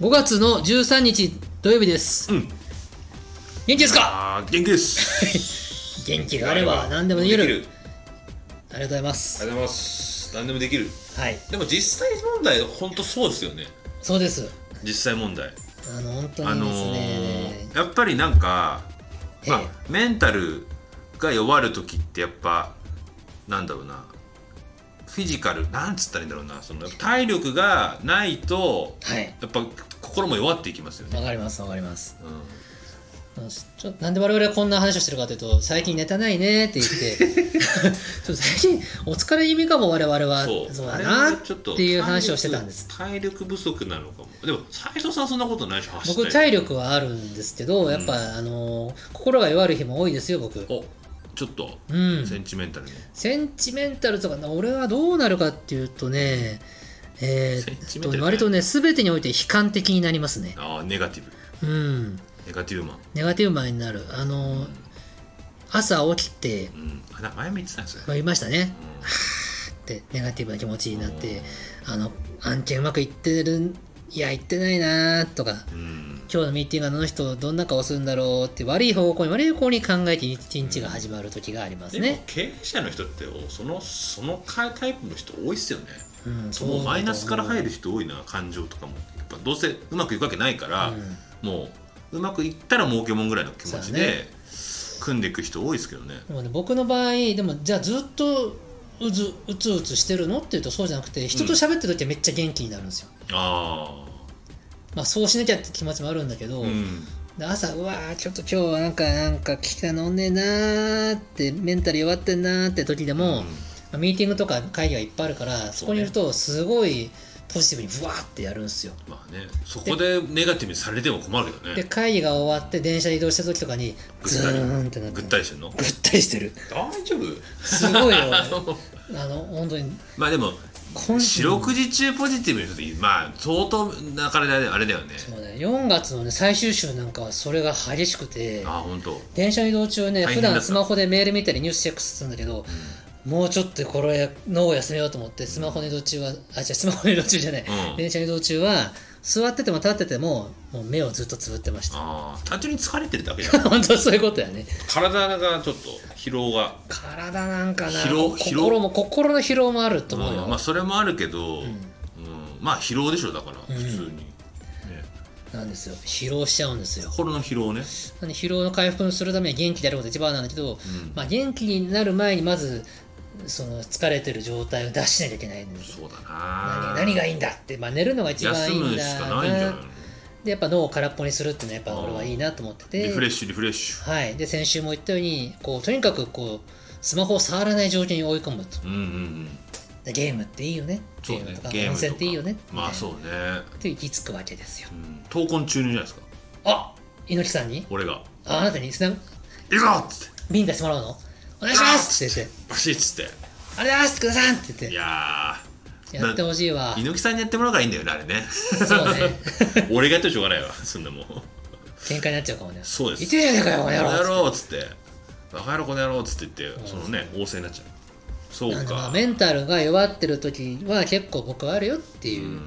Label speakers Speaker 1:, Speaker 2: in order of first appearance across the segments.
Speaker 1: 5月の13日土曜日です。
Speaker 2: うん
Speaker 1: 元気ですか
Speaker 2: あー元気で す
Speaker 1: 元気があれば何でもできる。
Speaker 2: きる
Speaker 1: ありがとうございま
Speaker 2: あり
Speaker 1: す。
Speaker 2: がとうございます何でもできる
Speaker 1: はい。
Speaker 2: でも実際問題本当そうですよね
Speaker 1: そうです。
Speaker 2: 実際問題
Speaker 1: あの、本当
Speaker 2: あ
Speaker 1: に
Speaker 2: の
Speaker 1: ですね。
Speaker 2: ーやっぱりなんか、まあ
Speaker 1: ええ、
Speaker 2: メンタルが弱る時ってやっぱなんだろうなフィジカルなんつったらいいんだろうなその体力がないと
Speaker 1: はい。
Speaker 2: やっぱ心も弱っていきますよ
Speaker 1: わ
Speaker 2: ね。
Speaker 1: かります、わかります。
Speaker 2: うん
Speaker 1: ちょなんで我々はこんな話をしてるかというと、最近ネタないねって言って、 ちょっと最近お疲れ気味かも我々は、
Speaker 2: そう
Speaker 1: そう
Speaker 2: あ
Speaker 1: だ
Speaker 2: れ
Speaker 1: な
Speaker 2: はちょっと
Speaker 1: っていう話をしてたんです
Speaker 2: 体力体力不足なのかもでも斎藤さんそんなことないでしょ走ったり
Speaker 1: 僕体力はあるんですけど、
Speaker 2: うん
Speaker 1: やっぱあのー心が弱る日も多いですよ僕
Speaker 2: おちょっと
Speaker 1: うん
Speaker 2: センチメンタルね、
Speaker 1: センチメンタルとかな俺はどうなるかっていうとねえ
Speaker 2: センチ
Speaker 1: ー、
Speaker 2: メンタル
Speaker 1: っ
Speaker 2: ね
Speaker 1: と割とね全てにおいて悲観的になりますね
Speaker 2: ああネガティブ
Speaker 1: うん
Speaker 2: ネガティブマン
Speaker 1: ネガティブマンになるあのー朝起きて
Speaker 2: うんあな前も言ってたんですよ
Speaker 1: まあ言いましたね
Speaker 2: うん
Speaker 1: ってネガティブな気持ちになってあの案件うまくいってるんいやいってないなーとか
Speaker 2: うん
Speaker 1: 今日のミーティングはあの人どんな顔するんだろうって悪い方向に悪い方向に考えて一日が始まる時があります
Speaker 2: でも
Speaker 1: ね。
Speaker 2: 経営者の人っておそのそのかタイプの人多いっすよね
Speaker 1: うん、
Speaker 2: そのマイナスから入
Speaker 1: る。
Speaker 2: る人多いな感情とかもやっぱどうせうまくいくわけないから、
Speaker 1: うん
Speaker 2: もううまくいったら儲けもんぐらいの気持
Speaker 1: そ
Speaker 2: ち
Speaker 1: うだね
Speaker 2: で組んでいく人多いですけどね
Speaker 1: でもね僕の場合でもじゃあずっとうずうつうつしてるのっていうとそうじゃなくて人と喋ってる時はめっちゃ元気になるんですよ。
Speaker 2: あ
Speaker 1: まあそうしなきゃって気持ちもあるんだけ
Speaker 2: あ
Speaker 1: ど、
Speaker 2: うん
Speaker 1: で朝うわーちょっと今日はなんかなんか気が飲んねえなーってメンタル弱ってんなーって時でも、
Speaker 2: うん
Speaker 1: まあミーティングとか会議がいっぱいあるからそこにいるとすごいポジティブにブワーってやるんですよ。
Speaker 2: まあねそこでネガティブにされても困るよ
Speaker 1: で
Speaker 2: ね
Speaker 1: 会議が終わって電車移動した時とかにズーンってなって
Speaker 2: ぐったりしてんの
Speaker 1: ぐったりしてる
Speaker 2: 大丈夫
Speaker 1: すごいよあの本当に
Speaker 2: まあでも
Speaker 1: 今
Speaker 2: 四六時中ポジティブの人ってまあ相当なかなかあれだよね
Speaker 1: そうね4月のね最終週なんかはそれが激しくて
Speaker 2: ああ本当。
Speaker 1: 電車移動中ね
Speaker 2: 大
Speaker 1: 普
Speaker 2: 変だった
Speaker 1: 段スマホでメール見たりニュースチェックするんだけどもうちょっとこれ脳を休めようと思ってスマホの移動中はあ違うスマホの移動中じゃない、
Speaker 2: うん
Speaker 1: 電車移動中は座ってても立っててももう目をずっとつぶってました
Speaker 2: ああ単純に疲れてるだ けじゃん
Speaker 1: 本当そういうことやね
Speaker 2: 体がちょっと疲労が
Speaker 1: 体なんかな
Speaker 2: 疲労疲労
Speaker 1: 心も心の疲労もあると思うよ、
Speaker 2: うんまあそれもあるけど、うんんまあ疲労でしょだから普
Speaker 1: うん
Speaker 2: 通に、ね、
Speaker 1: なんですよ疲労しちゃうんですよ
Speaker 2: 心の疲労ね、
Speaker 1: なんで疲労の回復をするためには元気であることが一番なんだけど、
Speaker 2: うん
Speaker 1: まあ、元気になる前にまずその疲れてる状態を出しなきゃいけないんです
Speaker 2: そうだ
Speaker 1: 何
Speaker 2: な
Speaker 1: 何がいいんだって、まあ、寝るのが一番
Speaker 2: 休
Speaker 1: いいん
Speaker 2: む
Speaker 1: だ
Speaker 2: しかないんじゃないの
Speaker 1: でやっぱ脳を空っぽにするっていうのはやっぱ俺はいいなと思ってて
Speaker 2: リフレッシュリフレッシュ
Speaker 1: はい、で先週も言ったようにこうとにかくこうスマホを触らない状況に追い込むと
Speaker 2: うんうんうん
Speaker 1: でゲームっていいよねって
Speaker 2: そう
Speaker 1: いう
Speaker 2: ね
Speaker 1: のとか
Speaker 2: ゲー
Speaker 1: 温
Speaker 2: ム
Speaker 1: 泉っ
Speaker 2: とか
Speaker 1: ていいよね
Speaker 2: まあそう
Speaker 1: う
Speaker 2: ね、
Speaker 1: って行き着くわけですよ
Speaker 2: うん、闘魂注入じゃないですか
Speaker 1: あ猪木さんに
Speaker 2: 俺が
Speaker 1: ああなたにつな
Speaker 2: 「行こう!」っつって
Speaker 1: 瓶出してもらうのお願いしますって言って
Speaker 2: バシッつっ
Speaker 1: ありがとうございますって
Speaker 2: てい
Speaker 1: 言っ
Speaker 2: や
Speaker 1: てやってほしいわ
Speaker 2: ー猪木さんにやってもらうからいいんだよねあれ ね
Speaker 1: そうね
Speaker 2: 俺がやってもしょうがないわそんなもう
Speaker 1: 喧嘩になっちゃうかもね
Speaker 2: そうです
Speaker 1: 言ってるじゃねえかよこの野
Speaker 2: この
Speaker 1: 郎
Speaker 2: 野郎っつって「バカ野郎この野郎」っつって言ってそのね旺盛になっちゃうそう
Speaker 1: なんでま
Speaker 2: か
Speaker 1: あメンタルが弱ってる時は結構僕はあるよって
Speaker 2: う
Speaker 1: いう、
Speaker 2: ん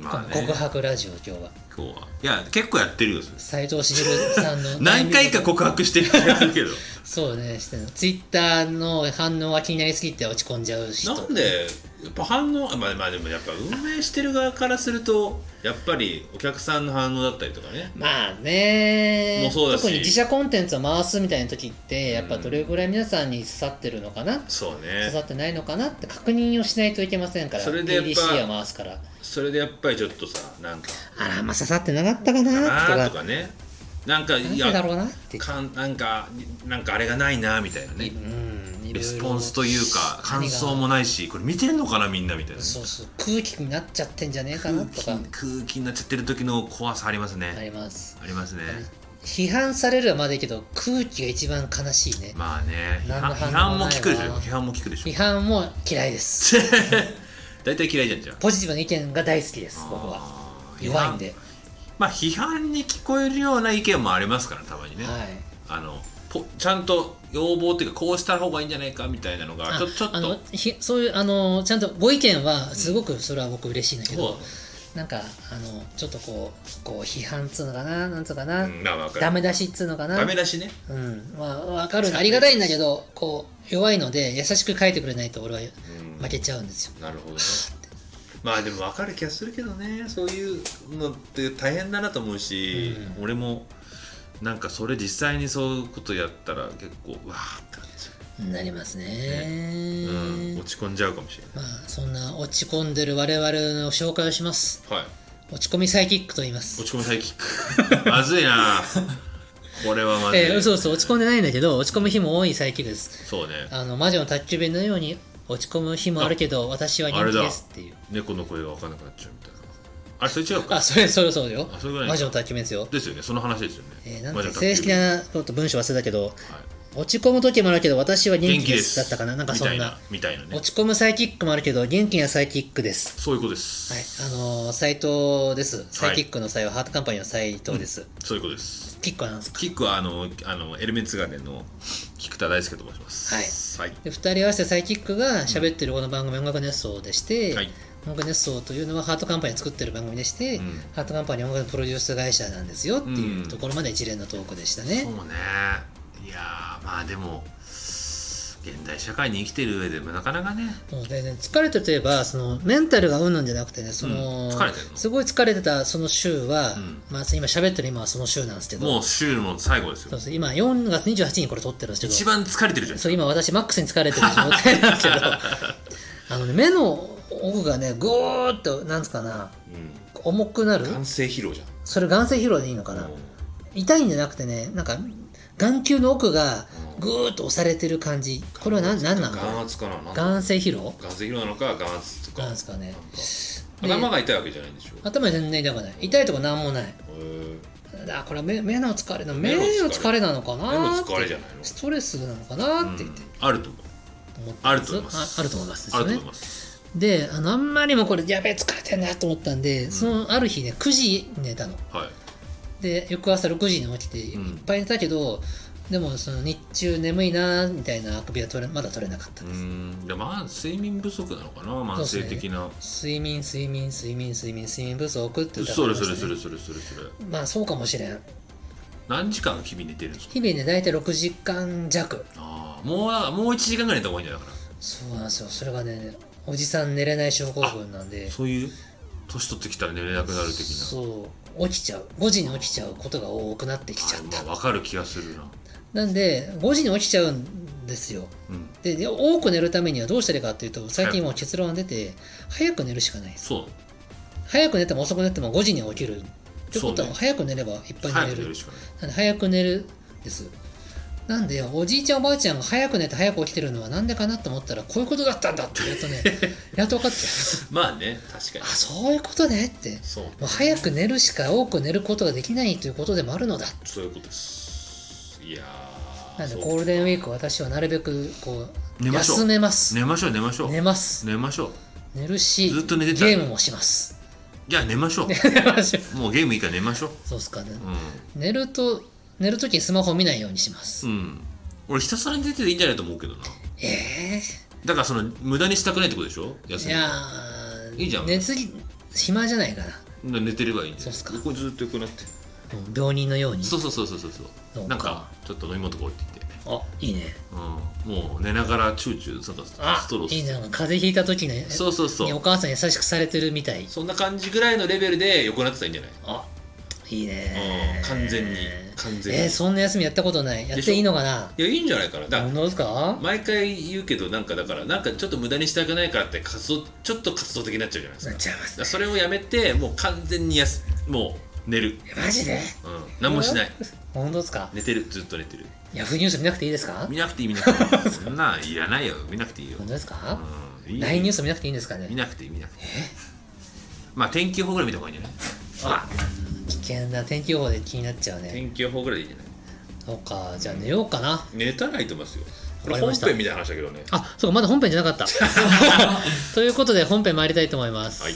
Speaker 1: こ
Speaker 2: まあ
Speaker 1: の
Speaker 2: ね
Speaker 1: 告白ラジオ今日は
Speaker 2: 今日はいや結構やってるよそれ
Speaker 1: 斎藤茂さんの
Speaker 2: 何回か告白してる気がするけど
Speaker 1: そうねしてツイッターの反応が気になりすぎて落ち込んじゃう人
Speaker 2: なんでやっぱ反応まあまあでもやっぱ運営してる側からするとやっぱりお客さんの反応だったりとかね
Speaker 1: まあね
Speaker 2: もうそうだし
Speaker 1: 特に自社コンテンツを回すみたいな時ってやっぱどれぐらい皆さんに刺さってるのかな、
Speaker 2: そう
Speaker 1: 刺
Speaker 2: ね
Speaker 1: さってないのかなって確認をしないといけませんから
Speaker 2: それでやっぱ
Speaker 1: ADC を回すから
Speaker 2: それでやっぱりちょっとさなんか
Speaker 1: あらまあ刺さってなかったか
Speaker 2: 「
Speaker 1: なと
Speaker 2: あ
Speaker 1: か
Speaker 2: あ」とかねなんか
Speaker 1: なん
Speaker 2: い
Speaker 1: でだ
Speaker 2: や
Speaker 1: ろうなって
Speaker 2: かんなんかなんかあれがないなみたいなね
Speaker 1: うん
Speaker 2: レスポンスと
Speaker 1: い
Speaker 2: いうか
Speaker 1: 何が
Speaker 2: 感想もないしこれ見てんのかなみんなみたいな
Speaker 1: ろ
Speaker 2: ね
Speaker 1: そうそう空気になっちゃってんじゃねえか
Speaker 2: 空
Speaker 1: なと
Speaker 2: 気
Speaker 1: か
Speaker 2: 空気になっちゃってる時の怖さありますね、
Speaker 1: あります
Speaker 2: ありますね
Speaker 1: 批判されるはまだいいけど空気が一番悲しいね
Speaker 2: まあね批
Speaker 1: 何
Speaker 2: 判
Speaker 1: の反応も
Speaker 2: 批判も
Speaker 1: ない
Speaker 2: 聞くでしょ
Speaker 1: わ
Speaker 2: 批判も聞くでし
Speaker 1: 批
Speaker 2: ょ
Speaker 1: 判も嫌いです
Speaker 2: 大体嫌いじゃんじゃん
Speaker 1: ポジティブな意見が大好きです僕は
Speaker 2: あー
Speaker 1: 弱いんで、
Speaker 2: 批判まあ批判に聞こえるような意見もありますからたまにね、
Speaker 1: はい
Speaker 2: あのぽちゃんと要望っていうかこうした方がいいんじゃないかみたいなのが
Speaker 1: あ
Speaker 2: ちょちょっ
Speaker 1: あの
Speaker 2: と
Speaker 1: ひそういうあのちゃんとご意見はすごくそれは僕嬉しいんだけど、
Speaker 2: そ
Speaker 1: なんかあのちょっとこうこう批判っつうのかななんつうかな、
Speaker 2: うん、まあわか
Speaker 1: ダ
Speaker 2: る
Speaker 1: メ出しっつうのかな
Speaker 2: ダメだしね
Speaker 1: うんまあわかるありがたいんだけどこう弱いので優しく書いてくれないと俺は
Speaker 2: うん
Speaker 1: 負けちゃうんですよ
Speaker 2: なるほどねまあでも分かる気がするけどねそういうのって大変だなと思うし、
Speaker 1: う
Speaker 2: 俺もなんかそれ実際にそういうことやったら結構うわーって感じ、
Speaker 1: なりますね、
Speaker 2: うん、落ち込んじゃうかもしれ
Speaker 1: まあそんな落ち込んでる我々の紹介をします
Speaker 2: ない、はい、
Speaker 1: 落ち込みサイキックと言います
Speaker 2: 落ち込みサイキック まずいなこれはまずい、
Speaker 1: えー、そうそう落ち込んでないんだけど落ち込む日も多いサイキックです
Speaker 2: そうね
Speaker 1: あの魔女の宅急便のように落ち込む日もあるけど私は人気ですっていう
Speaker 2: 猫の声が分からなくなっちゃうみたいなあれそれ違う
Speaker 1: あ
Speaker 2: か
Speaker 1: それそれそうだよ
Speaker 2: あそれぐらい
Speaker 1: 魔女の宅急便ですよ
Speaker 2: ですよねその話ですよね、
Speaker 1: えー、なん
Speaker 2: 魔女
Speaker 1: か
Speaker 2: の宅急
Speaker 1: 正式
Speaker 2: 便
Speaker 1: なちょっと文章忘れたけど
Speaker 2: はい
Speaker 1: 落ち込む時もあるけど私は元
Speaker 2: 元
Speaker 1: 気
Speaker 2: 気
Speaker 1: で
Speaker 2: ですす
Speaker 1: だったかななんかそんな
Speaker 2: みたいなみたいなね
Speaker 1: 落ち込むサイキックもあるけど元気なサイキックです
Speaker 2: そういうこと
Speaker 1: は
Speaker 2: で
Speaker 1: い
Speaker 2: す、
Speaker 1: あのー、斎藤ですサイキックの際はハートカンパニーの斎藤です、
Speaker 2: そういうことです
Speaker 1: キックはなんですか
Speaker 2: キックはあのあのエレメンツガネの菊田大輔と申します。はい。
Speaker 1: で2人合わせてサイキックが喋ってるこの番組「音楽熱奏」でして、
Speaker 2: はい。
Speaker 1: 音楽熱奏というのはハートカンパニーが作ってる番組でして、
Speaker 2: うん
Speaker 1: ハートカンパニー音楽プロデュース会社なんですよっていううんところまで一連のトークでしたね、
Speaker 2: そうね。いやーまあでも現代社会に生きてる上でもなかなかね。
Speaker 1: もうねね疲れてるといえばそのメンタルがうんぬんじゃなくてねその、
Speaker 2: うん疲れてるの
Speaker 1: すごい疲れてたその週は、
Speaker 2: うん
Speaker 1: まあ、今喋ってる今はその週なんですけど
Speaker 2: もう週の最後です
Speaker 1: そう
Speaker 2: よ。
Speaker 1: そう今4月28日にこれ撮ってるんですけど
Speaker 2: 一番疲れてるじゃないです
Speaker 1: そう今私マックスに疲れてる状態なんです けどあの、ね、目の奥がねぐーっとなんつうかな重くなる
Speaker 2: か。うん。性疲労じ
Speaker 1: それ眼性疲労でいいのか
Speaker 2: ゃ
Speaker 1: な痛いんじゃなくてねなんか眼球の奥が
Speaker 2: うん
Speaker 1: ぐーっと押されてる感じこれは何なんな
Speaker 2: 眼
Speaker 1: の
Speaker 2: 圧かな。なんだ
Speaker 1: 眼性疲労
Speaker 2: 眼性疲労なのか眼圧とか。
Speaker 1: なんですかね
Speaker 2: なんか頭が痛いわけじゃないんでしょう。
Speaker 1: 頭全然痛くない痛いとこなんもない
Speaker 2: へー
Speaker 1: あこれは目目の疲れの目
Speaker 2: 目
Speaker 1: の
Speaker 2: の疲れ
Speaker 1: 疲れなのかな
Speaker 2: 目の
Speaker 1: って
Speaker 2: 疲れじゃないの
Speaker 1: ストレスなのかなって言
Speaker 2: うん
Speaker 1: って
Speaker 2: あると思う。
Speaker 1: 思って
Speaker 2: あると思います
Speaker 1: ああると思いますです
Speaker 2: あ
Speaker 1: よ
Speaker 2: ると
Speaker 1: ね
Speaker 2: 思います。
Speaker 1: であのあんまりもこれやべえ疲れてんなと思ったんで、そのある日ね9時に寝たの
Speaker 2: はい。
Speaker 1: で翌朝6時に起きてい
Speaker 2: うん
Speaker 1: っぱい寝たけど、でもその日中眠いなみたいなあくびは取れまだ取れなかった
Speaker 2: う
Speaker 1: です、
Speaker 2: ん。でまあ睡眠不足なのかな慢性的な。
Speaker 1: 睡眠睡眠睡眠睡眠睡眠不足って歌って
Speaker 2: そ
Speaker 1: ま
Speaker 2: れ
Speaker 1: した
Speaker 2: そ
Speaker 1: ね
Speaker 2: れそれそれそれそれ
Speaker 1: まあそうかもしれん
Speaker 2: 何時間君寝てるんですか
Speaker 1: 日々ね大体6時間弱
Speaker 2: ああもうあもう1時間ぐらい寝た方がいいんじゃないか
Speaker 1: そうなんですよそれがねおじさん寝れない症候群なんで
Speaker 2: なそういう年取ってきたら寝れなくなる的な
Speaker 1: そう起きちゃう5時に起きちゃうことが多くなってきちゃった
Speaker 2: あまあ分かる気がするな
Speaker 1: なんで5時に起きちゃうんですよ
Speaker 2: うん
Speaker 1: でで多く寝るためにはどうしたらいいかっていうと最近もう結論が出て早く寝るしかないです
Speaker 2: そう
Speaker 1: 早く寝ても遅く寝ても5時には起きるってこと
Speaker 2: そう
Speaker 1: は
Speaker 2: ね
Speaker 1: 早く寝ればいっぱい
Speaker 2: 早
Speaker 1: 寝れ
Speaker 2: く寝
Speaker 1: る
Speaker 2: るしかない
Speaker 1: なんで早く寝るですなんでおじいちゃんおばあちゃんが早く寝て早く起きてるのはなんでかなと思ったらこういうことだったんだってやっと ねやっと分かって
Speaker 2: まあね確か
Speaker 1: あ
Speaker 2: に
Speaker 1: そういうことねって
Speaker 2: そう
Speaker 1: もう早く寝るしか多く寝ることができないということでもあるのだ
Speaker 2: そういうことですいやー
Speaker 1: なんで
Speaker 2: そう
Speaker 1: ゴールデンウィーク私はなるべくこう
Speaker 2: 寝ましょう
Speaker 1: 休めます
Speaker 2: 寝ましょう寝ましょう
Speaker 1: 寝ます
Speaker 2: 寝ましょう
Speaker 1: 寝るし
Speaker 2: ずっと寝てた
Speaker 1: ゲームもします
Speaker 2: じゃあ寝ましょう
Speaker 1: 寝ましょう
Speaker 2: もうゲームいいから寝ましょう
Speaker 1: そうっすかね
Speaker 2: う
Speaker 1: 寝ると寝るときにスマホ見ないようにします、
Speaker 2: んうん俺ひたすらに出てていいんじゃないと思うけどな
Speaker 1: え
Speaker 2: だからその無駄にしたくないってことでしょ
Speaker 1: えい
Speaker 2: 休み
Speaker 1: やー
Speaker 2: いいじゃん
Speaker 1: 寝すぎ暇じゃないかな
Speaker 2: 寝てればいいんで
Speaker 1: そうっすか
Speaker 2: ここずっと横になって
Speaker 1: うん病人のように
Speaker 2: そうそうそうそうそう
Speaker 1: そ
Speaker 2: そう
Speaker 1: か
Speaker 2: うなんかちょっと飲み物こうって言って、
Speaker 1: あいいね
Speaker 2: うん、もう寝ながらチューチューそうそう
Speaker 1: あ
Speaker 2: ストロー
Speaker 1: いいね
Speaker 2: ス
Speaker 1: なんか風邪ひいたときに
Speaker 2: そうそうそ
Speaker 1: にお
Speaker 2: う
Speaker 1: 母さん優しくされてるみたい
Speaker 2: そんな感じぐらいのレベルで横になってたらいいんじゃ
Speaker 1: あいい
Speaker 2: ない、
Speaker 1: ね
Speaker 2: うん、完全に完全に、
Speaker 1: えー、そんな休みやったことないやっていいのかない
Speaker 2: やいいんじゃないかなだ
Speaker 1: 本当ですか
Speaker 2: 毎回言うけどなんかだからなんかちょっと無駄にしたくないからって活動ちょっと活動的になっちゃうじゃないです
Speaker 1: な
Speaker 2: か
Speaker 1: っちゃいます
Speaker 2: だからそれをやめてもう完全にやすもう寝る、
Speaker 1: えマジで
Speaker 2: うん、何もしない
Speaker 1: 本当ですか
Speaker 2: 寝てるずっと寝てる
Speaker 1: ヤフーニュース見なくていいですか
Speaker 2: 見なくていい見なくていいそんなんいらないよ見なくていいよ
Speaker 1: 本当ですか
Speaker 2: うんいいよ
Speaker 1: LINE ニュース見なくていいんですかね
Speaker 2: 見なくていい見なくていいまあ天気予報ぐらい見た方がいいんじゃない
Speaker 1: あ危険な天気予報で気になっちゃうね
Speaker 2: 天気予報ぐらいでいいんじゃない
Speaker 1: そうかじゃあ寝ようかな
Speaker 2: 寝たらいいと思いますよこ
Speaker 1: わか
Speaker 2: れ
Speaker 1: りま
Speaker 2: 本
Speaker 1: した
Speaker 2: 編みたいな話だけどね
Speaker 1: あそうかまだ本編じゃなか ったということで本編参りたいと思います、
Speaker 2: はい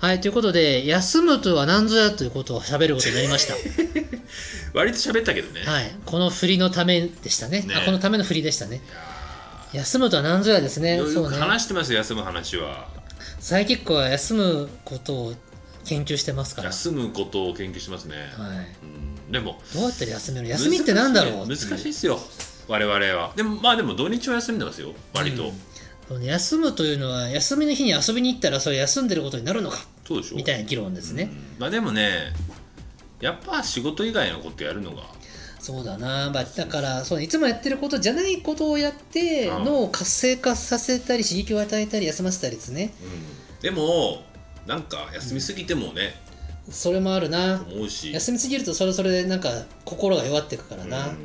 Speaker 1: はいということで休むとは何ぞやということを喋ることになりました
Speaker 2: 割と喋ったけどね、
Speaker 1: はいこの振りのためでしたね
Speaker 2: ね
Speaker 1: あこのための振りでしたね
Speaker 2: いや
Speaker 1: 休むとは何ぞやですね
Speaker 2: よ
Speaker 1: そう
Speaker 2: く
Speaker 1: ね
Speaker 2: 話してますよ休む話は
Speaker 1: サイキックは休むことを研究してますから、
Speaker 2: 休むことを研究してますね、
Speaker 1: はい、
Speaker 2: うん、でも
Speaker 1: どうやって休める休みってなんだろう
Speaker 2: 難しい難しい
Speaker 1: い
Speaker 2: ですよ我々はでもまあでも土日は休んでますよ割と、
Speaker 1: 休むというのは休みの日に遊びに行ったらそれ休んでることになるのか
Speaker 2: そうでしょ
Speaker 1: みたいな議論ですね、
Speaker 2: うんまあでもねやっぱ仕事以外のことやるのが
Speaker 1: そうだな、まあ、だからそういつもやってることじゃないことをやって
Speaker 2: うん
Speaker 1: 脳を活性化させたり刺激を与えたり休ませたりですね
Speaker 2: でもなんか休みすぎてもね、
Speaker 1: それもあるな
Speaker 2: 思うし
Speaker 1: 休みすぎるとそれはそれでなんか心が弱ってくからな、
Speaker 2: うん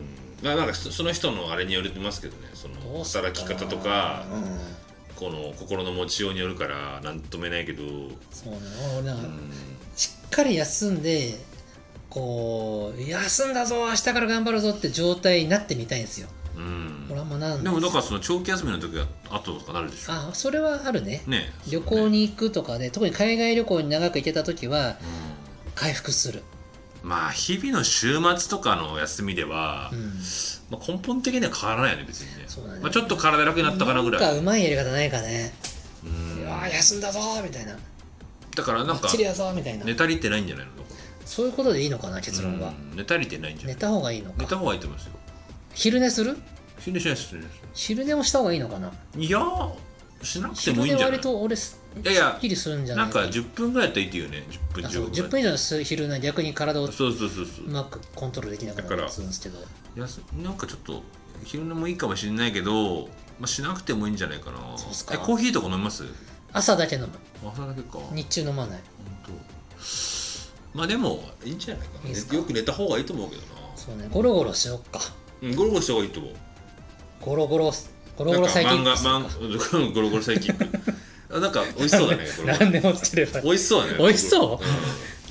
Speaker 2: まあなんかそその人のあれによりますけどねそ
Speaker 1: ど
Speaker 2: の
Speaker 1: うすかな
Speaker 2: 働き方とか
Speaker 1: うん
Speaker 2: この心の持ちようによるから何とも言えないけど、
Speaker 1: そうなの俺なんか
Speaker 2: うん
Speaker 1: しっかり休んでこう休んだぞ明日から頑張るぞって状態になってみたいんですよ
Speaker 2: うん
Speaker 1: 俺はもうなん
Speaker 2: でもなんかその長期休みの時は後とかなるでしょ
Speaker 1: あそれはあるね
Speaker 2: ね
Speaker 1: 旅行に行くとかで特に海外旅行に長く行けた時は
Speaker 2: う
Speaker 1: 回復する、
Speaker 2: んまあ日々の週末とかの休みでは、
Speaker 1: うん、
Speaker 2: まあ、根本的には変わらないよね別にね
Speaker 1: そうだね
Speaker 2: まあ、ちょっと体楽になったかなぐらい
Speaker 1: なんかうまいやり方ないかね、
Speaker 2: うん
Speaker 1: いやー休んだぞーみたいな
Speaker 2: だからなん
Speaker 1: ば
Speaker 2: か
Speaker 1: っちりやぞーみたいな
Speaker 2: 寝足りてないんじゃないの
Speaker 1: そういうことでいいのかな結論は、
Speaker 2: うん寝足りてないんじゃな
Speaker 1: 寝
Speaker 2: い
Speaker 1: た方がいいの
Speaker 2: 寝た
Speaker 1: か
Speaker 2: 方がいいと思いますよ
Speaker 1: 昼寝する
Speaker 2: 死んでしないです死んでしないで
Speaker 1: 昼寝もした方がいいのかな
Speaker 2: すいやーしなくて
Speaker 1: 昼
Speaker 2: もいい
Speaker 1: 寝
Speaker 2: んじゃな
Speaker 1: 割
Speaker 2: い
Speaker 1: と俺す
Speaker 2: いやいや
Speaker 1: っきりするんじゃな
Speaker 2: ないんか10分ぐらいやったらいいっていうね10分
Speaker 1: あそう
Speaker 2: 15
Speaker 1: 10
Speaker 2: 分
Speaker 1: 分以上の昼寝は逆に体をう
Speaker 2: そうそうそうそう、
Speaker 1: まくコントロールできなくな
Speaker 2: だか
Speaker 1: る
Speaker 2: ら
Speaker 1: っつうんですけど
Speaker 2: いやすなんかちょっと昼寝もいいかもしれないけど、まあ、しなくてもいいんじゃないかな
Speaker 1: そうっすか
Speaker 2: えコーヒーとか飲みます
Speaker 1: 朝だけ飲む
Speaker 2: 朝だけか
Speaker 1: 日中飲まない
Speaker 2: 本当まあでもいいんじゃないかない
Speaker 1: いっすか
Speaker 2: よく寝た方がいいと思うけどな
Speaker 1: そうねゴロゴロしよっか
Speaker 2: うんゴロゴロした方がいいと思う
Speaker 1: ゴロゴロゴロ
Speaker 2: な
Speaker 1: ゴ
Speaker 2: ん
Speaker 1: ロ
Speaker 2: か
Speaker 1: 最近
Speaker 2: 漫画漫画 ゴロゴロサイキックあなんか美味しそう だねゴロゴ
Speaker 1: 何
Speaker 2: ロ
Speaker 1: でもつければ
Speaker 2: 美味しそうだね
Speaker 1: 美味しそう
Speaker 2: うん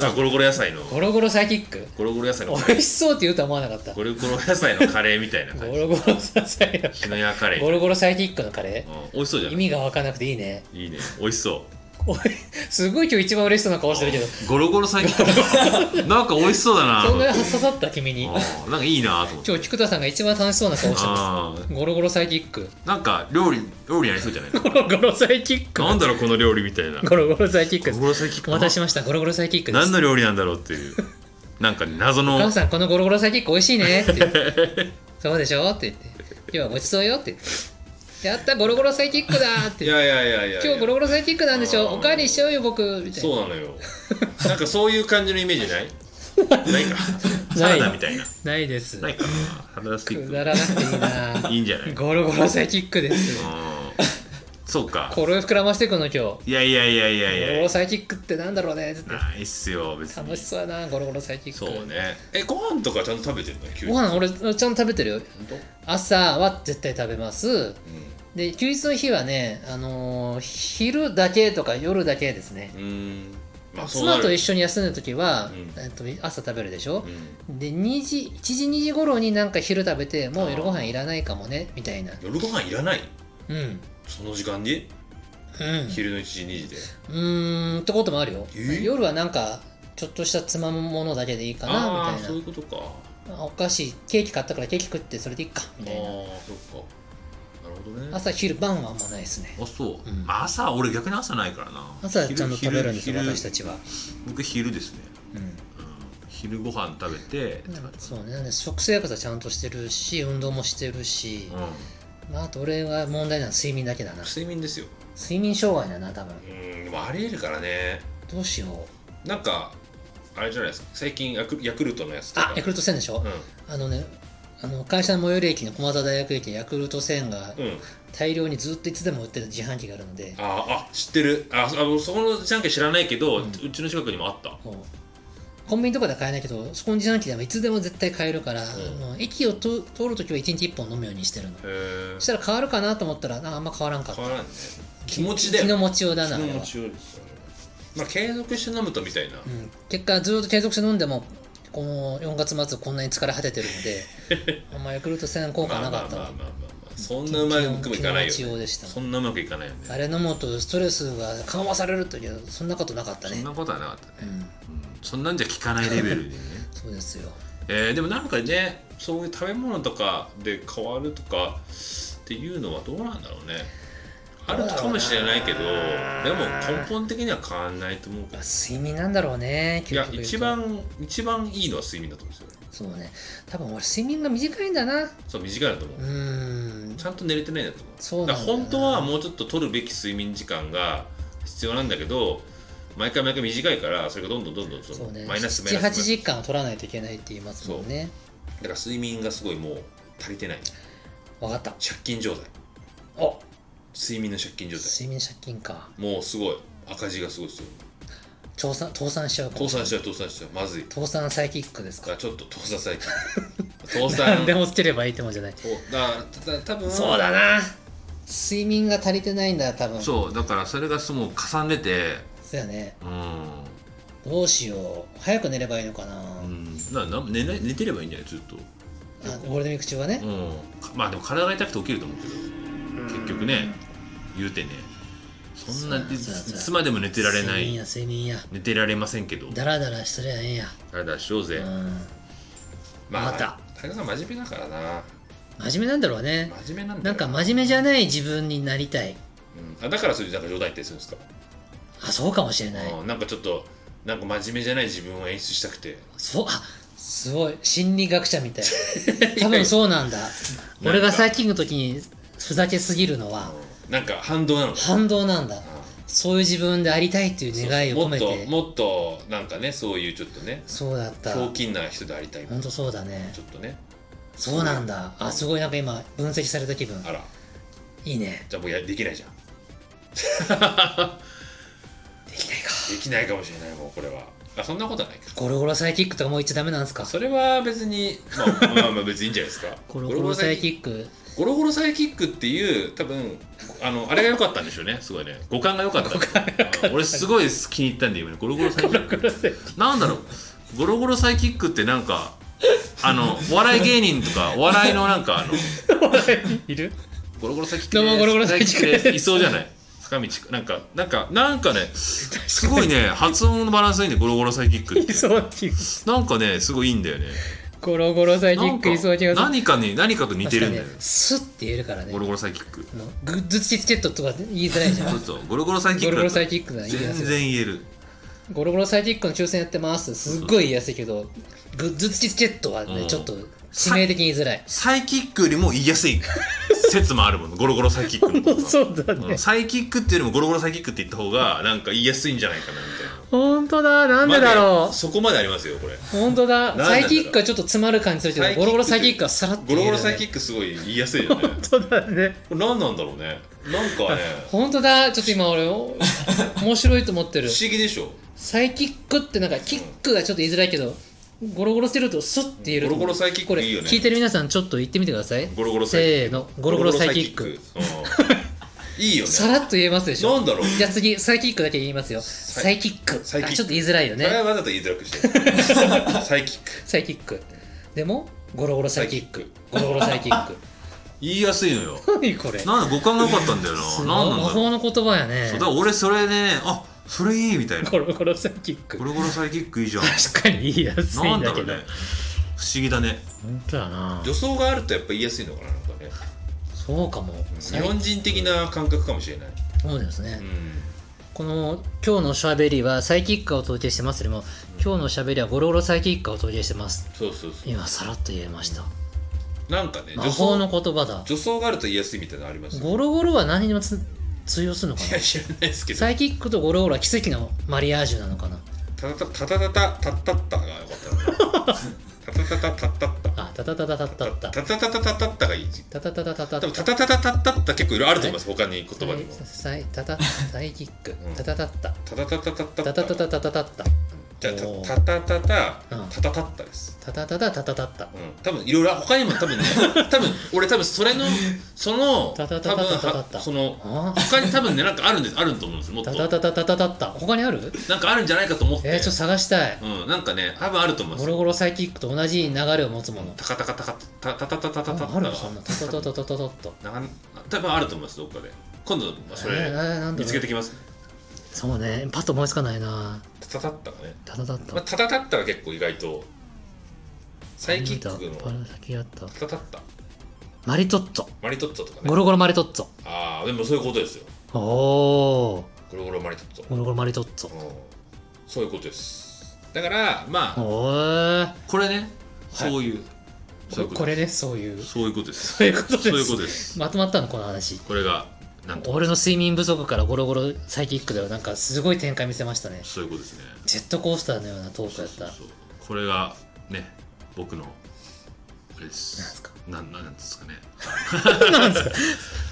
Speaker 2: なんかゴロゴロ野菜の
Speaker 1: ゴロゴロサイキック
Speaker 2: ゴロゴロ野菜の
Speaker 1: 美味しそうって言うとは思わなかった
Speaker 2: ゴロゴロ野菜のカレーみたいな感
Speaker 1: ゴ
Speaker 2: じ
Speaker 1: ロゴロサイキッ
Speaker 2: 日の屋カレ
Speaker 1: ク
Speaker 2: ー
Speaker 1: ゴロゴロサイキックのカレ
Speaker 2: うん美味しそうじゃ
Speaker 1: ー
Speaker 2: な
Speaker 1: 意
Speaker 2: い
Speaker 1: 味が分かんなくていいね
Speaker 2: いいね美味しそう
Speaker 1: おいすごい今日一番嬉しそうな顔してるけど
Speaker 2: ゴロゴロサイキッ クなんか美味しそうだな
Speaker 1: そんぐらい刺さった君に
Speaker 2: うんなんかいいなと思って
Speaker 1: 今日菊田さんが一番楽しそうな顔してま
Speaker 2: あ
Speaker 1: すゴロゴロサイキック
Speaker 2: ーなんか料理料理やりそうじゃない
Speaker 1: ゴロゴロサイキック
Speaker 2: なんだろうこの料理みたいな
Speaker 1: ゴロゴロサイキック
Speaker 2: ゴロゴロサイキック
Speaker 1: お待たせしましたゴロゴロサイキックです
Speaker 2: 何の料理なんだろうっていうなんかね謎
Speaker 1: お
Speaker 2: の
Speaker 1: 母さんこのゴロゴロサイキック美味しい ねって言ってそうでしょって言って今日はごちそうよって言ってやったゴロゴロサイキックだーって
Speaker 2: やいやいやいや
Speaker 1: 今日ゴロゴロサイキックなんでし
Speaker 2: あ
Speaker 1: ょ
Speaker 2: ー
Speaker 1: おかわりしちゃうよ僕みたいな
Speaker 2: そうなのよなんかそういう感じのイメージないないかサラダみたいな
Speaker 1: ないです
Speaker 2: ないかなサラダスティ
Speaker 1: くだ
Speaker 2: ッ
Speaker 1: らなくていいな
Speaker 2: ク
Speaker 1: ー
Speaker 2: いいん じゃないうん
Speaker 1: ゴロゴロサイキックです
Speaker 2: そうか
Speaker 1: これを膨らましていくの今日
Speaker 2: いやいやいやい
Speaker 1: ゴ
Speaker 2: や
Speaker 1: ロ
Speaker 2: い
Speaker 1: ゴロ
Speaker 2: や
Speaker 1: サイキックってなんだろうねって
Speaker 2: ないっすよ別に
Speaker 1: 楽しそうやなゴロゴロサイキック
Speaker 2: そうねえご飯とかちゃんと食べてるの休日
Speaker 1: ご飯俺ちゃんと食べてるよ
Speaker 2: 本当
Speaker 1: 朝は絶対食べますで休日の日はね、あのー昼だけとか夜だけですね
Speaker 2: うんうんまあそうな
Speaker 1: 妻
Speaker 2: る
Speaker 1: と一緒に休んだ時は、
Speaker 2: うん
Speaker 1: えっと、朝食べるでしょ
Speaker 2: う、ん
Speaker 1: で2時1時2時頃になんか昼食べても
Speaker 2: あ
Speaker 1: う
Speaker 2: ー
Speaker 1: 夜ご飯いらないかもねみたいな
Speaker 2: 夜ご飯いらない
Speaker 1: うんうん
Speaker 2: その時間に昼の1時2時で
Speaker 1: うーんってこともあるよ
Speaker 2: えー
Speaker 1: 夜はなんかちょっとしたつまむものだけでいいかな
Speaker 2: あ
Speaker 1: み
Speaker 2: ー
Speaker 1: た
Speaker 2: そうい
Speaker 1: いう
Speaker 2: ことか
Speaker 1: なあお菓子ケーキ買ったからケーキ食ってそれでいいかみたいな
Speaker 2: ああそっかなるほどね
Speaker 1: 朝昼晩はあんまないですね
Speaker 2: あそう、
Speaker 1: うん
Speaker 2: まあ朝俺逆に朝ないからな
Speaker 1: 朝ちゃんと食べるんですよ
Speaker 2: 昼
Speaker 1: 私たちは、
Speaker 2: 昼僕昼ですね、
Speaker 1: うん
Speaker 2: うん、昼ご飯食べて、
Speaker 1: なんかそうね、なんで食生活はちゃんとしてるし運動もしてるし、
Speaker 2: う、
Speaker 1: まあ、あと俺は問題なのは睡眠だけだなん
Speaker 2: 睡眠ですよ
Speaker 1: 睡眠障害だな多分
Speaker 2: うんでもありえるからね
Speaker 1: どうしよう
Speaker 2: なんかあれじゃないですか最近ヤクヤクルトのやつとか
Speaker 1: あヤクルト1000でしょ、あのねあの会社の最寄り駅の駒沢大学駅にヤクルト1000が
Speaker 2: うん、うん、
Speaker 1: 大量にずっといつでも売ってる自販機があるので、
Speaker 2: あーあ知ってるああのそこのじゃんけん知らないけど、
Speaker 1: う
Speaker 2: うんちの近くにもあった
Speaker 1: こうコンビニとかでは買えないけどそこの自販機ではいつでも絶対買えるから、
Speaker 2: うん
Speaker 1: もう駅をと通るときは1日1本飲むようにしてるの
Speaker 2: へえ
Speaker 1: そしたら変わるかなと思ったらなんかあんま変わらんかった
Speaker 2: 変わらんね気持ちで
Speaker 1: 気の持ちようだな
Speaker 2: 気
Speaker 1: あれ
Speaker 2: の
Speaker 1: は
Speaker 2: 持ちよいですよねまあ継続して飲むとみたいな、
Speaker 1: うん、結果ずっと継続して飲んでもこの4月末こんなに疲れ果ててるの であんまヤクルト1000効果なかった
Speaker 2: まあ
Speaker 1: わ
Speaker 2: まあまあまあまあそんなうまくもいかないよ、
Speaker 1: 気の持ちようでした
Speaker 2: そんなうまくいかないよね
Speaker 1: あれ飲むとストレスが緩和されるというけどそんなことなかった
Speaker 2: そん
Speaker 1: ね
Speaker 2: なことはなかったね、
Speaker 1: うん
Speaker 2: うんそんなんじゃ効かないレベルでね、
Speaker 1: そうですよ
Speaker 2: えーでもなんかねそういう食べ物とかで変わるとかっていうのはどうなんだろうねあるかもしれないけど
Speaker 1: どうだ
Speaker 2: で
Speaker 1: ろう
Speaker 2: も
Speaker 1: な
Speaker 2: 根本的には変わんないと思うけ
Speaker 1: ま
Speaker 2: ど
Speaker 1: あ睡眠なんだろうね
Speaker 2: い
Speaker 1: 究
Speaker 2: や
Speaker 1: 極言うと
Speaker 2: 一番一番いいのは睡眠だと思うんですよ
Speaker 1: そうね多分俺睡眠が短いんだなう
Speaker 2: そう短いだと思う、
Speaker 1: ーん
Speaker 2: ちゃんと寝れてないんだと思う
Speaker 1: そうなん
Speaker 2: だ
Speaker 1: だ
Speaker 2: から
Speaker 1: よな
Speaker 2: 本当はもうちょっと取るべき睡眠時間が必要なんだけど毎回毎回短いからそれがどんどんどんどんそ
Speaker 1: そ
Speaker 2: の
Speaker 1: うね
Speaker 2: マイナスマイ
Speaker 1: 78
Speaker 2: ナスマイナス
Speaker 1: 時間を取らないといけないって言いますもんね
Speaker 2: だから睡眠がすごいもう足りてない
Speaker 1: わかった
Speaker 2: 借金状態
Speaker 1: お
Speaker 2: 睡眠の借金状態
Speaker 1: 睡眠借金か
Speaker 2: もうすごい赤字がすごいですよ
Speaker 1: 倒産倒産しちゃうかも
Speaker 2: 倒産しちゃう倒産しちゃうまずいだ
Speaker 1: 倒産サイキックです
Speaker 2: か
Speaker 1: から
Speaker 2: ちょっと倒産最近 倒
Speaker 1: 何
Speaker 2: 産
Speaker 1: でも捨てればいいってもんじゃない
Speaker 2: そうだからたた多分
Speaker 1: そうだな睡眠が足りてないんだ多分そう
Speaker 2: そうだからそれがそうもう重ねて
Speaker 1: だよね
Speaker 2: うん
Speaker 1: どうしよう早く寝ればいいのかな、
Speaker 2: うんなな寝ない寝てればいいんじゃないずっと
Speaker 1: あゴールデンウィーク中はね
Speaker 2: う、んかまあでも体が痛くて起きると思うけど結局ね言うてねそんな
Speaker 1: そう
Speaker 2: い
Speaker 1: だそうだそうだ
Speaker 2: つまでも寝てられな
Speaker 1: 睡眠や
Speaker 2: い
Speaker 1: 睡眠や
Speaker 2: 寝てられませんけど
Speaker 1: だらだらしとりゃええんや
Speaker 2: 体しようぜ
Speaker 1: う
Speaker 2: ま
Speaker 1: ま
Speaker 2: あ
Speaker 1: た
Speaker 2: 大河さん真面目だからなん
Speaker 1: 真面目なんだろうね
Speaker 2: 真面目なんだ
Speaker 1: な
Speaker 2: よ
Speaker 1: んか真面目じゃない自分になりたい
Speaker 2: うんあだからそういうなんか冗談言ったりするんですか
Speaker 1: あそうかもしれない
Speaker 2: うんなんかちょっとなんか真面目じゃない自分を演出したくて
Speaker 1: そうあすごい心理学者み たい多分そうなんだ俺がサイキングの時にふざけすぎるのは
Speaker 2: うんなんか反動なのか
Speaker 1: 反動なんだ
Speaker 2: うん
Speaker 1: そういう自分でありたいっていう願いを込めて
Speaker 2: もっともっとなんかねそういうちょっとね
Speaker 1: そうだった
Speaker 2: 強筋な人でありたいみたい
Speaker 1: 本
Speaker 2: な
Speaker 1: 当そうだね
Speaker 2: ちょっとね
Speaker 1: そうなんだあすごいなんか今分析された気分
Speaker 2: あら
Speaker 1: いいね
Speaker 2: じゃあもうやできないじゃん
Speaker 1: できないか
Speaker 2: できないかもしれないもうこれはあそんなことはないか
Speaker 1: ゴロゴロサイキックとかもう言っちゃダメなんですか
Speaker 2: それは別にまあまあまあ別にいいんじゃないですか
Speaker 1: ゴロゴロサイキック
Speaker 2: ゴロゴロサイキックっていう多分あのあれが良かったんでしょうねすごいね五感が良かったうん俺すごい気に入ったんで今ねゴロゴロサイキックなんだろうゴロゴロサイキックってなんかあのお笑い芸人とかお笑いのなんかあの
Speaker 1: いる
Speaker 2: ゴロゴロサイキック
Speaker 1: どうもゴロゴロサイキックです
Speaker 2: サイキックいそうじゃない坂道なんかなんかなんかねすごいね発音のバランスいいねゴロゴロサイキックって
Speaker 1: いそうっていう
Speaker 2: なんかねすごいいいんだよね
Speaker 1: ゴロゴロサイキ
Speaker 2: な
Speaker 1: ッ
Speaker 2: んか
Speaker 1: クいそうな気がする
Speaker 2: 何かに何かと似てるんだよ
Speaker 1: 確かにスッて言えるからね
Speaker 2: ゴロゴロサイキック
Speaker 1: あのグッズチケットとか言いづらいじゃん
Speaker 2: そうそうゴロゴロサイキッ
Speaker 1: ゴ
Speaker 2: ク
Speaker 1: ロゴ
Speaker 2: だ
Speaker 1: ロ
Speaker 2: と
Speaker 1: サイキックな言いや
Speaker 2: 全
Speaker 1: すい
Speaker 2: 然言える
Speaker 1: ゴロゴロサイキックの抽選やってますすっごい言いやすいけどグッズチケットはね、
Speaker 2: うん
Speaker 1: ちょっと致命的に言いづらい
Speaker 2: サイキックよりも言いやすい説もあるもんゴロゴロサイキックの方が
Speaker 1: そうだ
Speaker 2: うんサイキックっていうよりもゴロゴロサイキックって言った方がなんか言いやすいんじゃないかなみたいな
Speaker 1: 本当だな
Speaker 2: までそこまでありますよこれ
Speaker 1: う本当だ
Speaker 2: なんでだろう
Speaker 1: サイキックはちょっと詰まる感じするけ
Speaker 2: サ
Speaker 1: ど
Speaker 2: イキック
Speaker 1: ゴロゴロサイキックはさらっと
Speaker 2: ゴロゴロサイキ
Speaker 1: ッ
Speaker 2: ックすごい言いやすいよ ね
Speaker 1: ク本当だね
Speaker 2: これ何なんだろうねなんかね
Speaker 1: 本当だちょっと今俺お面白いと思って
Speaker 2: 不
Speaker 1: る
Speaker 2: 思議でしょ
Speaker 1: サイキックってなんかキックがちょっと言いづらいけどゴロゴロしてるとスッて言える
Speaker 2: ゴロゴロサイキック
Speaker 1: これ
Speaker 2: いいよね
Speaker 1: 聞いてる皆さんちょっと言ってみてください
Speaker 2: ゴロゴロサイキック
Speaker 1: せーのゴロゴロサイキッ
Speaker 2: ゴロ
Speaker 1: ク
Speaker 2: ゴロサイキックうんいいよね
Speaker 1: さらっと言えますでしょ
Speaker 2: なんだろう
Speaker 1: じゃあ次サイキックだけ言いますよ
Speaker 2: サイ
Speaker 1: サイキック
Speaker 2: サイキック
Speaker 1: あちょっと言いづらいよ
Speaker 2: それは
Speaker 1: ね
Speaker 2: わざと言いづらくしてるサイキック
Speaker 1: サイキックでもゴロゴロサイキックゴロゴロサイキッ ク
Speaker 2: 言いやすいのよ
Speaker 1: 何これ
Speaker 2: なんだ五感が良かったんだよ
Speaker 1: す
Speaker 2: な
Speaker 1: ごい魔
Speaker 2: なんなんだろう
Speaker 1: 法の言葉やね
Speaker 2: そうだから俺それねあそれいいみたいな
Speaker 1: ゴロゴロサイキック
Speaker 2: ゴロゴロサイキックいいじゃん
Speaker 1: 確かに言いやすい
Speaker 2: なんん
Speaker 1: だ
Speaker 2: だ
Speaker 1: け
Speaker 2: ろう
Speaker 1: ど
Speaker 2: ね不思議だね
Speaker 1: 本当だな
Speaker 2: 女装があるとやっぱ言いやすいのかななんかね
Speaker 1: そうかも
Speaker 2: 日本人的な感覚かもしれない、
Speaker 1: そうですね、
Speaker 2: うん、
Speaker 1: この今日のしゃべりはサイキックを統計してますよりも今日のしゃべりはゴロゴロサイキックを統計してます
Speaker 2: そうそうそ
Speaker 1: 今さらっと言えました
Speaker 2: うなんかね
Speaker 1: 魔
Speaker 2: 女
Speaker 1: 法
Speaker 2: 装
Speaker 1: の言葉だ
Speaker 2: 女装があると言いやすいみたいなのありますよ
Speaker 1: ゴロゴロは何にもつ通用するのか
Speaker 2: いや知らないですけ
Speaker 1: な
Speaker 2: ど
Speaker 1: サイキックとゴロゴロは奇跡のマリアージュなのかな
Speaker 2: たたたたたたたたったがよかったなたたたたたた
Speaker 1: あタタタタタタタ
Speaker 2: たたたたたたたがいいで
Speaker 1: タタタタタタ
Speaker 2: もたたたたたたた結構いろいろあると思います他に言葉にも
Speaker 1: サイタタサイキック
Speaker 2: うん
Speaker 1: タタタタ
Speaker 2: たたたたたた
Speaker 1: タタタタタタタタ
Speaker 2: じゃあた
Speaker 1: おー
Speaker 2: たたたた
Speaker 1: うん
Speaker 2: たたたったです
Speaker 1: タタタタタタタタ
Speaker 2: うん、多分いろいろ他にも多分ね多分俺多分それのその多
Speaker 1: た
Speaker 2: 分
Speaker 1: たたたたたた
Speaker 2: はその
Speaker 1: あ
Speaker 2: 他に多分ねなんかあるんですあると思うんですよもっと
Speaker 1: タタタタタタタタ他にある
Speaker 2: なんかあるんじゃないかと思って、
Speaker 1: えー、ちょっと探したい
Speaker 2: うん、なんかね多分あると思うんで
Speaker 1: ゴ
Speaker 2: す
Speaker 1: ロ
Speaker 2: よ
Speaker 1: ゴロサイキックと同じ流れを持つもの
Speaker 2: タカタカタカタタタタタタタ
Speaker 1: ああるそんな。トトトトトトトと。
Speaker 2: なん多分あると思いますどっかで今度まあそ
Speaker 1: えー
Speaker 2: れ
Speaker 1: ななんだ
Speaker 2: 見つ
Speaker 1: ろ
Speaker 2: け
Speaker 1: う
Speaker 2: てきます
Speaker 1: そうね、パッと思いつかないな。
Speaker 2: タタタったがね、
Speaker 1: ただだっ
Speaker 2: まあ、
Speaker 1: た。
Speaker 2: タタタったが結構意外とサイキックの
Speaker 1: パラ先やった。
Speaker 2: タタタった
Speaker 1: マリトッツォ
Speaker 2: マリトッツォとかね
Speaker 1: ゴロゴロマリトッツ
Speaker 2: ああでもそういうことですよ
Speaker 1: ォおー
Speaker 2: ゴロゴロマリトッツォ、
Speaker 1: ゴロゴロマリトッツォ
Speaker 2: うんそういうことですだからまあ
Speaker 1: おー
Speaker 2: これね
Speaker 1: はい
Speaker 2: そういう、そういう
Speaker 1: こ
Speaker 2: こと
Speaker 1: れ
Speaker 2: で
Speaker 1: ねそういう
Speaker 2: すそういうことです
Speaker 1: そういうことです
Speaker 2: そういうことです
Speaker 1: まとまったのこの話
Speaker 2: これがなんと
Speaker 1: 俺の睡眠不足からゴロゴロサイキックではなんかすごい展開見せましたね
Speaker 2: そういうことですね
Speaker 1: ジェットコースターのようなトークやった
Speaker 2: そうそうそうこれがね僕のあれです
Speaker 1: なんすか
Speaker 2: なんなんですかね
Speaker 1: なんですか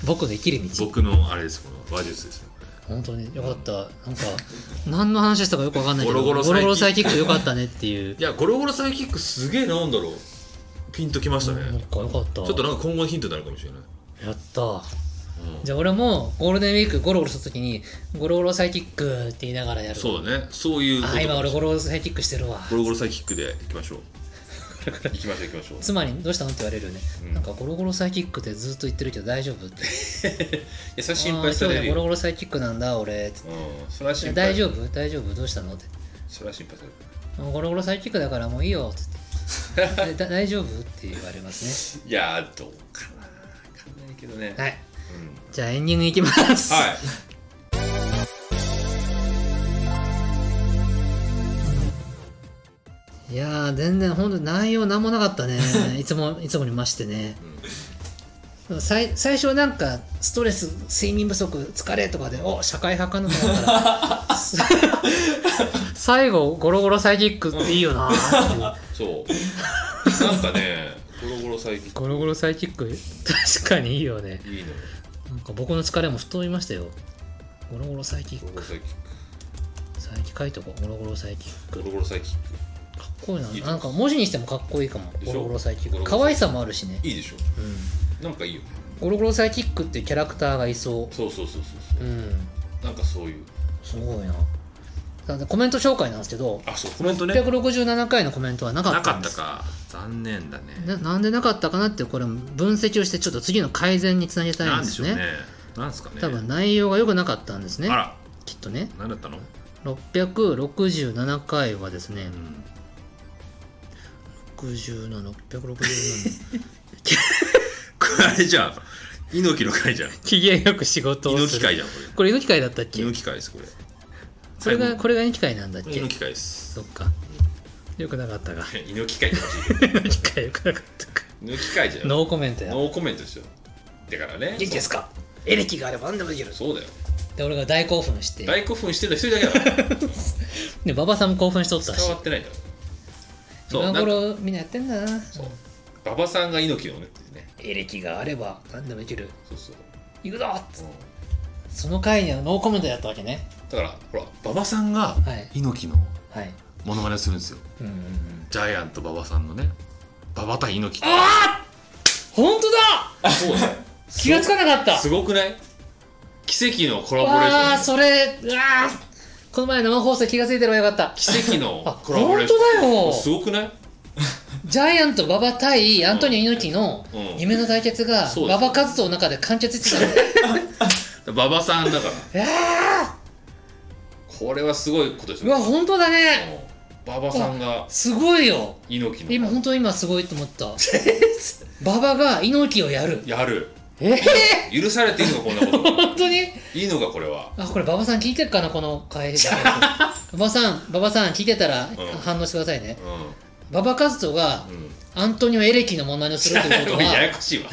Speaker 1: 僕の生きる道
Speaker 2: 僕のあれですこの話術ですねこれ
Speaker 1: 本当によかったなんか何の話したかよくわかんないけど
Speaker 2: ゴ
Speaker 1: ゴ
Speaker 2: ロ
Speaker 1: ロ
Speaker 2: ゴ
Speaker 1: ゴ
Speaker 2: ロ
Speaker 1: ロ
Speaker 2: サ
Speaker 1: サ
Speaker 2: イ
Speaker 1: イ
Speaker 2: キ
Speaker 1: キ
Speaker 2: ッ
Speaker 1: ッ
Speaker 2: ク
Speaker 1: クよかったねっていう
Speaker 2: いやゴロゴロサイキックすげえなんだろうピンときましたね、
Speaker 1: なんかよかったちょ
Speaker 2: ちょっとなんか今後のヒントになるかもしれない、
Speaker 1: やった
Speaker 2: うん
Speaker 1: じゃあ俺もゴールデンウィークゴロゴロした時にゴロゴロサイキックって言いながらやる
Speaker 2: そうだねそういうこと
Speaker 1: あ今俺ゴロゴロサイキックしてるわ
Speaker 2: ゴロゴロサイキックでいきま しょう行きましょう行きましょう
Speaker 1: 妻に「どうしたの?」って言われるよね、
Speaker 2: うん
Speaker 1: なんかゴロゴロサイキックってずっと言ってるけど大丈夫って
Speaker 2: いやそれ心
Speaker 1: あ
Speaker 2: 配
Speaker 1: ー
Speaker 2: さ
Speaker 1: そう
Speaker 2: れ
Speaker 1: だ
Speaker 2: る
Speaker 1: ゴロ
Speaker 2: よ
Speaker 1: ゴロサイキックなんだ俺つって
Speaker 2: うんそれは心配
Speaker 1: 大丈夫大丈夫どうしたのって
Speaker 2: それは心配される
Speaker 1: もうゴロゴロサイキックだからもういいよつ ってでだ大丈夫って言われます
Speaker 2: いやーどうかなわかんないけどね
Speaker 1: ねはい
Speaker 2: うん
Speaker 1: じゃあエンディングいきます
Speaker 2: はい
Speaker 1: いやー全然本当内容なんもなかったねいつもいつもにましてね最最初なんかストレス睡眠不足疲れとかでお社会派かなと思ったら す最後ゴロゴロサイキックっていいよなーっていう
Speaker 2: そうなんかねゴロゴロサイキック
Speaker 1: ゴロゴロサイキック確かにいいよね
Speaker 2: いいのよ
Speaker 1: なんか僕の疲れも吹っ飛びましたよゴロゴロサイキッ
Speaker 2: ゴロゴ
Speaker 1: ク
Speaker 2: ロサイキック
Speaker 1: サイキ書いとこうゴロゴロサイキック
Speaker 2: ゴ
Speaker 1: か
Speaker 2: ロゴロサイキッ
Speaker 1: っこいいない
Speaker 2: いです
Speaker 1: なんか文字にしてもかっこいいかも
Speaker 2: でし
Speaker 1: ゴ
Speaker 2: ょ
Speaker 1: ロゴロサイキッ
Speaker 2: ゴロ
Speaker 1: ク
Speaker 2: ゴロサイキ
Speaker 1: 可
Speaker 2: ック
Speaker 1: 愛さもあるしね
Speaker 2: クいいでしょ
Speaker 1: うん
Speaker 2: なんかいいよね
Speaker 1: ゴロゴロサイキックっていうキャラクターがいそ
Speaker 2: そうそうそうそう
Speaker 1: う
Speaker 2: そううんなんかそういう
Speaker 1: すごいななんでコメント紹介なんですけど
Speaker 2: あそうコメントね
Speaker 1: 667回のコメントはなか
Speaker 2: な
Speaker 1: った
Speaker 2: か
Speaker 1: ん
Speaker 2: っ
Speaker 1: で
Speaker 2: た
Speaker 1: す
Speaker 2: か残念だね
Speaker 1: ななんでなかったかなってこれも分析をしてちょっと次の改善につなげたい
Speaker 2: なんん
Speaker 1: で
Speaker 2: でし
Speaker 1: す
Speaker 2: ょう
Speaker 1: ね
Speaker 2: ねなんですかね
Speaker 1: 多分内容が良くなかったんですね
Speaker 2: あら
Speaker 1: きっとね
Speaker 2: 何だったの
Speaker 1: 667回はですね、
Speaker 2: うん
Speaker 1: 67667
Speaker 2: これあれじゃん猪木の会じゃん
Speaker 1: 機嫌よく仕事を
Speaker 2: 猪
Speaker 1: す
Speaker 2: 木
Speaker 1: る
Speaker 2: 会じゃんこ
Speaker 1: これ猪木会だったっ
Speaker 2: れ
Speaker 1: け
Speaker 2: 猪木会ですこれ
Speaker 1: これ
Speaker 2: 最
Speaker 1: が
Speaker 2: 後
Speaker 1: これが猪木会なんだっ
Speaker 2: こ
Speaker 1: け
Speaker 2: れ猪木会です
Speaker 1: そっかよくなかったか
Speaker 2: 猪木会ってほしい
Speaker 1: 猪木会よくなかった か
Speaker 2: 猪木会じゃんノ
Speaker 1: ノーコメントや元
Speaker 2: ーコメントですよだからね
Speaker 1: 気ですかエレキがあれば何でもできる
Speaker 2: そうだよ
Speaker 1: で俺が大興奮して
Speaker 2: 大興奮してるの一人だけだから
Speaker 1: で馬場さんも興奮しとったし
Speaker 2: 伝わってないだろそう
Speaker 1: 今
Speaker 2: なんか
Speaker 1: 頃みんなやってんだな
Speaker 2: そう馬場さんが猪木のねっていうね
Speaker 1: エレキがあれば何でもできる
Speaker 2: そうそう
Speaker 1: 行くぞっつ
Speaker 2: う
Speaker 1: って
Speaker 2: ん
Speaker 1: その回にはノーコメントやったわけね
Speaker 2: だからほら馬場さんが
Speaker 1: はい
Speaker 2: 猪木の
Speaker 1: はい
Speaker 2: モノマネをするんですよ
Speaker 1: うんうんうん
Speaker 2: ジャイアント馬場さんのね馬場対猪木
Speaker 1: あー本当だ
Speaker 2: そうだよ
Speaker 1: 気がつかなかった
Speaker 2: すごくない奇跡のコラボレ
Speaker 1: わあ
Speaker 2: ーション
Speaker 1: それうわーこの前生放送気がついてればよかった
Speaker 2: 奇跡の
Speaker 1: あ
Speaker 2: コラボレ
Speaker 1: 本
Speaker 2: ーション
Speaker 1: 当だよ
Speaker 2: すごくない
Speaker 1: ジャイアント馬場対アントニオ猪木の
Speaker 2: うん
Speaker 1: 夢の対決が
Speaker 2: そうです
Speaker 1: 馬場和人の中で完結してたの
Speaker 2: 馬場さんだから
Speaker 1: いや
Speaker 2: これはすごいことです
Speaker 1: ーうわ
Speaker 2: よ
Speaker 1: 本当だね
Speaker 2: うん馬場さんが
Speaker 1: すごいよ
Speaker 2: 猪木
Speaker 1: 今
Speaker 2: の
Speaker 1: 本当に今すごいと思った 馬場が猪木をやる
Speaker 2: やる
Speaker 1: ええ
Speaker 2: 許されていいのかこんなこと
Speaker 1: 本 当に
Speaker 2: いいのかこれは
Speaker 1: あこれ馬場さん聞いてるかなこの会馬場さん馬場さん聞いてたら
Speaker 2: ん
Speaker 1: 反応してくださいね
Speaker 2: う
Speaker 1: 馬場和人が
Speaker 2: んうん
Speaker 1: アントニオ・エレキの問題をするということは
Speaker 2: やや こ しいわ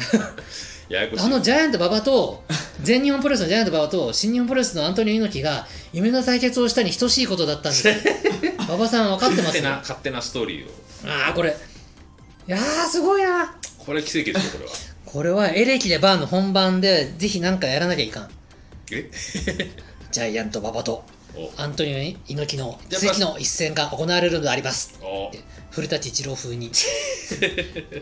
Speaker 2: ややこしい
Speaker 1: あのジャイアント馬場と、全日本プロレスのジャイアント馬場と、新日本プロレスのアントニオ猪木が、夢の対決をしたに等しいことだったん ですよ。馬場さん分かってま
Speaker 2: 勝
Speaker 1: す
Speaker 2: 手
Speaker 1: よ。
Speaker 2: な
Speaker 1: あ
Speaker 2: 勝手なストーリーを
Speaker 1: あ、これ。いやー、すごいな。
Speaker 2: これ奇跡です よこれは
Speaker 1: これはエレキでバーンの本番で、ぜひなんかやらなきゃいかん。
Speaker 2: え
Speaker 1: ジャイアント馬場と、
Speaker 2: お
Speaker 1: アントニオ猪木の
Speaker 2: やっ
Speaker 1: 奇
Speaker 2: ぱ
Speaker 1: 跡の一戦が行われるのであります。
Speaker 2: お
Speaker 1: って古舘一郎風に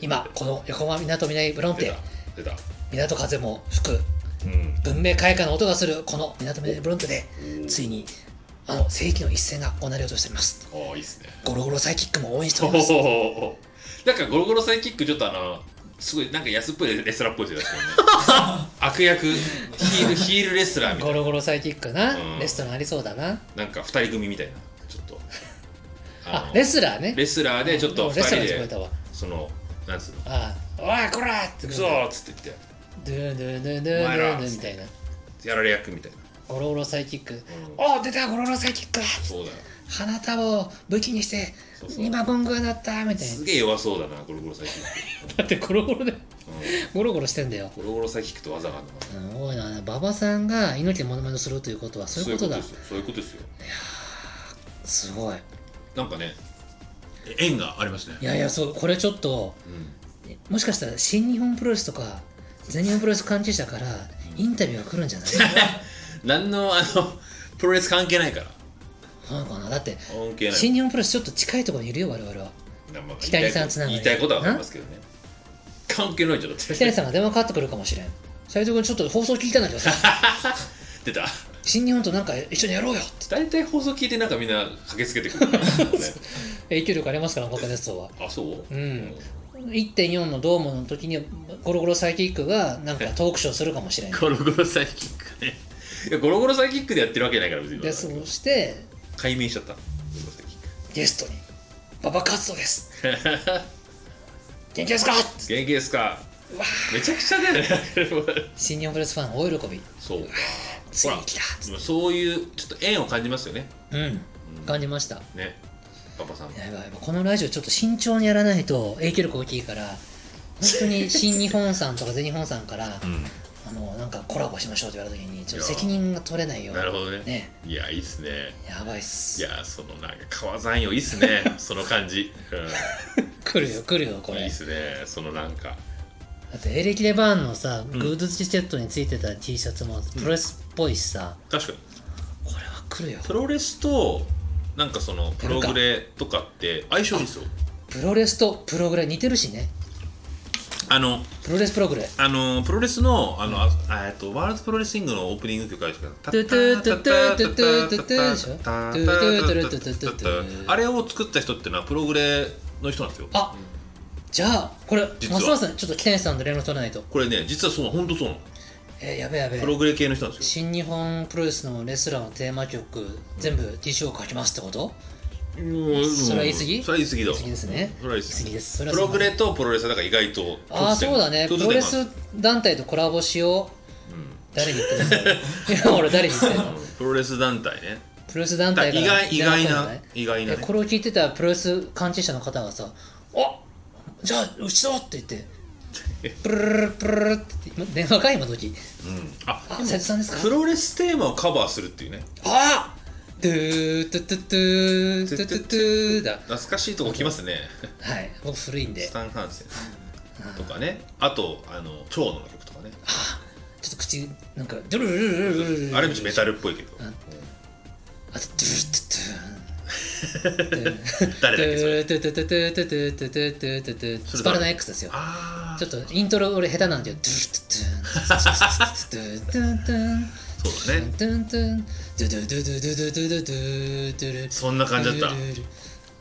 Speaker 1: 今この横浜みなとみらいブロン
Speaker 2: 出
Speaker 1: テ
Speaker 2: た出た
Speaker 1: 港風も吹く
Speaker 2: うん
Speaker 1: 文明開化の音がするこの港目ブロントでついにあの世紀の一戦が行われようとしております
Speaker 2: おおいいっすね
Speaker 1: ゴロゴロサイキックも応援して
Speaker 2: お
Speaker 1: おります
Speaker 2: おなんかゴロゴロサイキックちょっとあのすごいなんか安っぽいレスラーっぽいですよね 悪役ヒールヒールレスラーみた
Speaker 1: ゴ
Speaker 2: い
Speaker 1: ロゴロサイキックな、
Speaker 2: うん
Speaker 1: レストランありそうだな
Speaker 2: ななんか二人組みたいなちょっと
Speaker 1: あ
Speaker 2: の
Speaker 1: レスラーね
Speaker 2: レスラーでちょっと
Speaker 1: レス
Speaker 2: 二人
Speaker 1: ラーに聞こえ
Speaker 2: で
Speaker 1: たわ
Speaker 2: そのなんつうの
Speaker 1: ああ
Speaker 2: 「
Speaker 1: おいこら!」って
Speaker 2: くそー!」っつって言っ
Speaker 1: ドゥンドゥンドゥンドゥンドゥンドゥンみたいな
Speaker 2: てやられ役みたいな、
Speaker 1: ゴロゴロサイキック
Speaker 2: うん
Speaker 1: おー出たゴロゴロサイキックだ
Speaker 2: そうだよ
Speaker 1: 花束を武器にして
Speaker 2: そうそう
Speaker 1: 今ボングなったみたいな
Speaker 2: すげえ弱そうだなゴロゴロサイキッ
Speaker 1: だってゴロゴロで
Speaker 2: ク、う
Speaker 1: ゴロゴロしてんだよ
Speaker 2: ん、ゴロゴロサイキックと技があるのかな
Speaker 1: うん多いな馬場さんが猪木のモノマネをするということはそういうことだ
Speaker 2: そういうことですよそういうことですよ
Speaker 1: すごい
Speaker 2: なんかねえ縁がありますね
Speaker 1: いやいやそうこれちょっと
Speaker 2: うん
Speaker 1: もしかしたら新日本プロレスとか全日本プロレス関係者からインタビューが来るん じゃない
Speaker 2: 何のあの プロレス関係ないから
Speaker 1: そうかなだって
Speaker 2: 関係ない
Speaker 1: 新日本プロレスちょっと近いところにいるよ我々は
Speaker 2: まあ
Speaker 1: 北谷さんつながり
Speaker 2: 言いたいことはありますけどね関係ないじゃんだって
Speaker 1: 北谷さんが電話かかってくるかもしれん斉藤君ちょっと放送聞いたんだけどさ
Speaker 2: 出た
Speaker 1: 新日本となんか一緒にやろうよって
Speaker 2: 大体放送聞いてなんかみんな駆けつけてく る からね
Speaker 1: 影響力ありますから岡田総は
Speaker 2: あそう
Speaker 1: う
Speaker 2: うん
Speaker 1: 1.4のドームの時にゴロゴロサイキックがなんかトークショーするかもしれん
Speaker 2: ゴロゴロサイキックねいやゴロゴロサイキックでやってるわけないから別に
Speaker 1: でそして
Speaker 2: 解明しちゃったゴロゴロサイキック
Speaker 1: ゲストに「馬場カツです」「元気ですか?」
Speaker 2: 元気ですか
Speaker 1: わ
Speaker 2: めちゃくちゃだよね
Speaker 1: 新日本プロレスファン大喜び
Speaker 2: そうか
Speaker 1: ついに来た
Speaker 2: そういうちょっと縁を感じますよね
Speaker 1: うん感じました
Speaker 2: ねパパさん
Speaker 1: やばいやばいこのラジオちょっと慎重にやらないと影響力大きいから本当に新日本さん とか全日本さんから
Speaker 2: うん
Speaker 1: あのなんかコラボしましょうって言われた時にちょっと責任が取れないよう
Speaker 2: なるほどね
Speaker 1: ね
Speaker 2: いやいいっすね
Speaker 1: やばいっす
Speaker 2: いやそのなんか川山よいいっすねその感じ、う
Speaker 1: 来るよ来るよこ
Speaker 2: ん、いい
Speaker 1: れ
Speaker 2: っすねそのなんか
Speaker 1: だってエレキレバーンのさグ
Speaker 2: ん
Speaker 1: ッドチケットについてた T シャツもプロレスっぽいしさ、
Speaker 2: 確かに
Speaker 1: これは来るよ
Speaker 2: プロレスとなんかそのプログレとかって相性いいですよ
Speaker 1: プロレスとプログレ似てるしね
Speaker 2: あの
Speaker 1: プロレスプログレ
Speaker 2: あのプロレスのあの、ああえっとワールドプロレスリングのオープニング曲あるじゃないですか
Speaker 1: トゥトゥトゥトゥトゥトゥトゥトゥでしょ
Speaker 2: タッタ
Speaker 1: トゥト
Speaker 2: ッタ
Speaker 1: ゥ
Speaker 2: ッ
Speaker 1: トゥ
Speaker 2: タ
Speaker 1: トゥ
Speaker 2: ッ
Speaker 1: ト
Speaker 2: タ
Speaker 1: ゥ
Speaker 2: ッ
Speaker 1: ト
Speaker 2: タ
Speaker 1: ゥトゥ
Speaker 2: ッタあれを作った人っていうのはプログレの人なんですよ
Speaker 1: あじゃあこれ
Speaker 2: 実は
Speaker 1: ますますちょっと北谷さんと連絡取らないと
Speaker 2: これね実はそうなの本当そうなの
Speaker 1: えー、やべやべ
Speaker 2: プログレ系の人なんですよ
Speaker 1: 新日本プロレスのレスラーのテーマ曲全部 T シャツを書きますってこと
Speaker 2: うん
Speaker 1: それは言い過ぎ
Speaker 2: それは言い過ぎだ
Speaker 1: 言い過ぎですね
Speaker 2: それは言い
Speaker 1: 言い
Speaker 2: 過ぎ
Speaker 1: 過ぎですそれ
Speaker 2: プ
Speaker 1: はそ
Speaker 2: ロ
Speaker 1: んな
Speaker 2: グレとプロレスはだから意外と
Speaker 1: ああそうだねプ
Speaker 2: 共
Speaker 1: ロレ
Speaker 2: 通点がある
Speaker 1: ス団体とコラボしよう
Speaker 2: うん
Speaker 1: 誰に言ってんの いや俺誰に言ってんの
Speaker 2: プロレス団体ね
Speaker 1: プロレス団
Speaker 2: だから
Speaker 1: 体が
Speaker 2: 意外意外
Speaker 1: やら
Speaker 2: な
Speaker 1: れたんじゃい
Speaker 2: 意外な
Speaker 1: え
Speaker 2: ね
Speaker 1: これを聞いてたプロレス関係者の方がさ「あじゃあうちだ!」って言ってプルルルプルルルって今電話か今時
Speaker 2: うんあ
Speaker 1: あ斉藤さんですか
Speaker 2: プロレステーマをカバーするっていうね
Speaker 1: あドゥートゥトゥトゥトゥトゥトゥだ
Speaker 2: 懐かしいとこ来ますね
Speaker 1: はい僕古いんで
Speaker 2: スタン・ハンセンとかねあとあの蝶野の曲とかね
Speaker 1: ちょっと口なんかドゥルルルルルルルル
Speaker 2: あれもちょっとメタルっぽいけど
Speaker 1: うん
Speaker 2: う
Speaker 1: あとドゥルルトゥトゥーン
Speaker 2: ん誰だっけそれ
Speaker 1: ドゥトゥトゥトゥトゥトゥトゥトゥトゥトゥトゥトゥスパルタン X ですよ
Speaker 2: ああ
Speaker 1: ちょっとイントロ俺下手なんだよドゥルルトゥトゥーンドゥルルトゥトゥトゥトゥトゥトゥ
Speaker 2: そうだね
Speaker 1: ドゥンドゥンドゥドゥドゥドゥドゥドゥドゥドゥ
Speaker 2: そんな感じだっ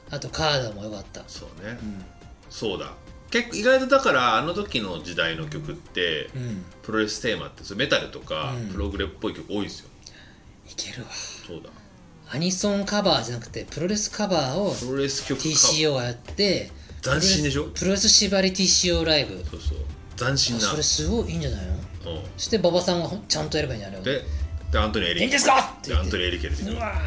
Speaker 2: た
Speaker 1: あとカードも良かった
Speaker 2: そうね
Speaker 1: うん
Speaker 2: そうだ結構意外とだからあの時の時代の曲って
Speaker 1: うん
Speaker 2: プロレステーマってそうメタルとか
Speaker 1: うん
Speaker 2: プログレっぽい曲多いですよ
Speaker 1: いけるわ
Speaker 2: そうだ
Speaker 1: アニソンカバーじゃなくてプロレスカバーを
Speaker 2: プロレス曲カバー
Speaker 1: TCO がやって
Speaker 2: 斬新でしょ
Speaker 1: プロレス縛り TCO ライブ
Speaker 2: そうそう斬新
Speaker 1: あ
Speaker 2: な
Speaker 1: それすごいいいんじゃないの
Speaker 2: うん
Speaker 1: そして馬場さんがほんちゃんとやればいいんじゃない
Speaker 2: ででアントニオ・エリケ
Speaker 1: 元気ですかって
Speaker 2: で
Speaker 1: 言
Speaker 2: ア
Speaker 1: って
Speaker 2: ントニオ・エリケです
Speaker 1: うわ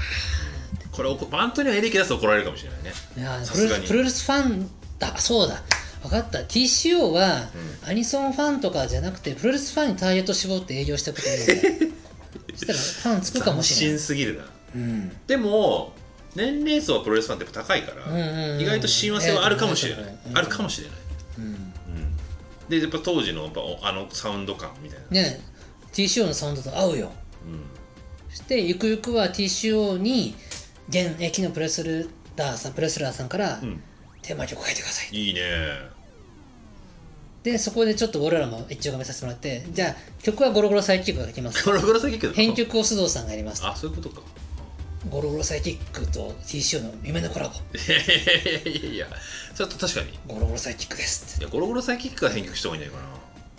Speaker 2: これ怒アントニオ・エリケだと怒られるかもしれないね
Speaker 1: ーいやー
Speaker 2: さ
Speaker 1: プロレ
Speaker 2: すが
Speaker 1: ス
Speaker 2: に
Speaker 1: プロレスファンだそうだ分かった TCO はアニソンファンとかじゃなくてプロレスファンにターゲット絞って営業してくれる そしたらファンつくかも
Speaker 2: 斬
Speaker 1: しれな
Speaker 2: 新
Speaker 1: い、
Speaker 2: すぎるな
Speaker 1: うん、
Speaker 2: でも年齢層はプロレスファンってやっぱ高いから、
Speaker 1: うんうんうん
Speaker 2: 意外と親和性はあるかもしれない、
Speaker 1: ええ
Speaker 2: あるかもしれない、
Speaker 1: うん
Speaker 2: うんでやっぱ当時のやっぱおあのサウンド感みたいな、
Speaker 1: ね TCO のサウンドと合うよ
Speaker 2: うん
Speaker 1: そしてゆくゆくは TCO に現役のプロレスラーさんプロレスラーさんから
Speaker 2: うん
Speaker 1: テーマ曲書いてください、
Speaker 2: いいね
Speaker 1: でそこでちょっと俺らも一応がめさせてもらってじゃあ曲はゴロゴロサイキックが書きます
Speaker 2: ゴロゴロサイキックだ
Speaker 1: 編曲を須藤さんがやります
Speaker 2: あそういうことか
Speaker 1: ゴロゴロサイキックと TCO の夢のコラボ
Speaker 2: いやいやいやちょっと確かにい
Speaker 1: ゴロゴロサイキックですって
Speaker 2: やゴロゴロサイキックが編曲した方がいいんじゃな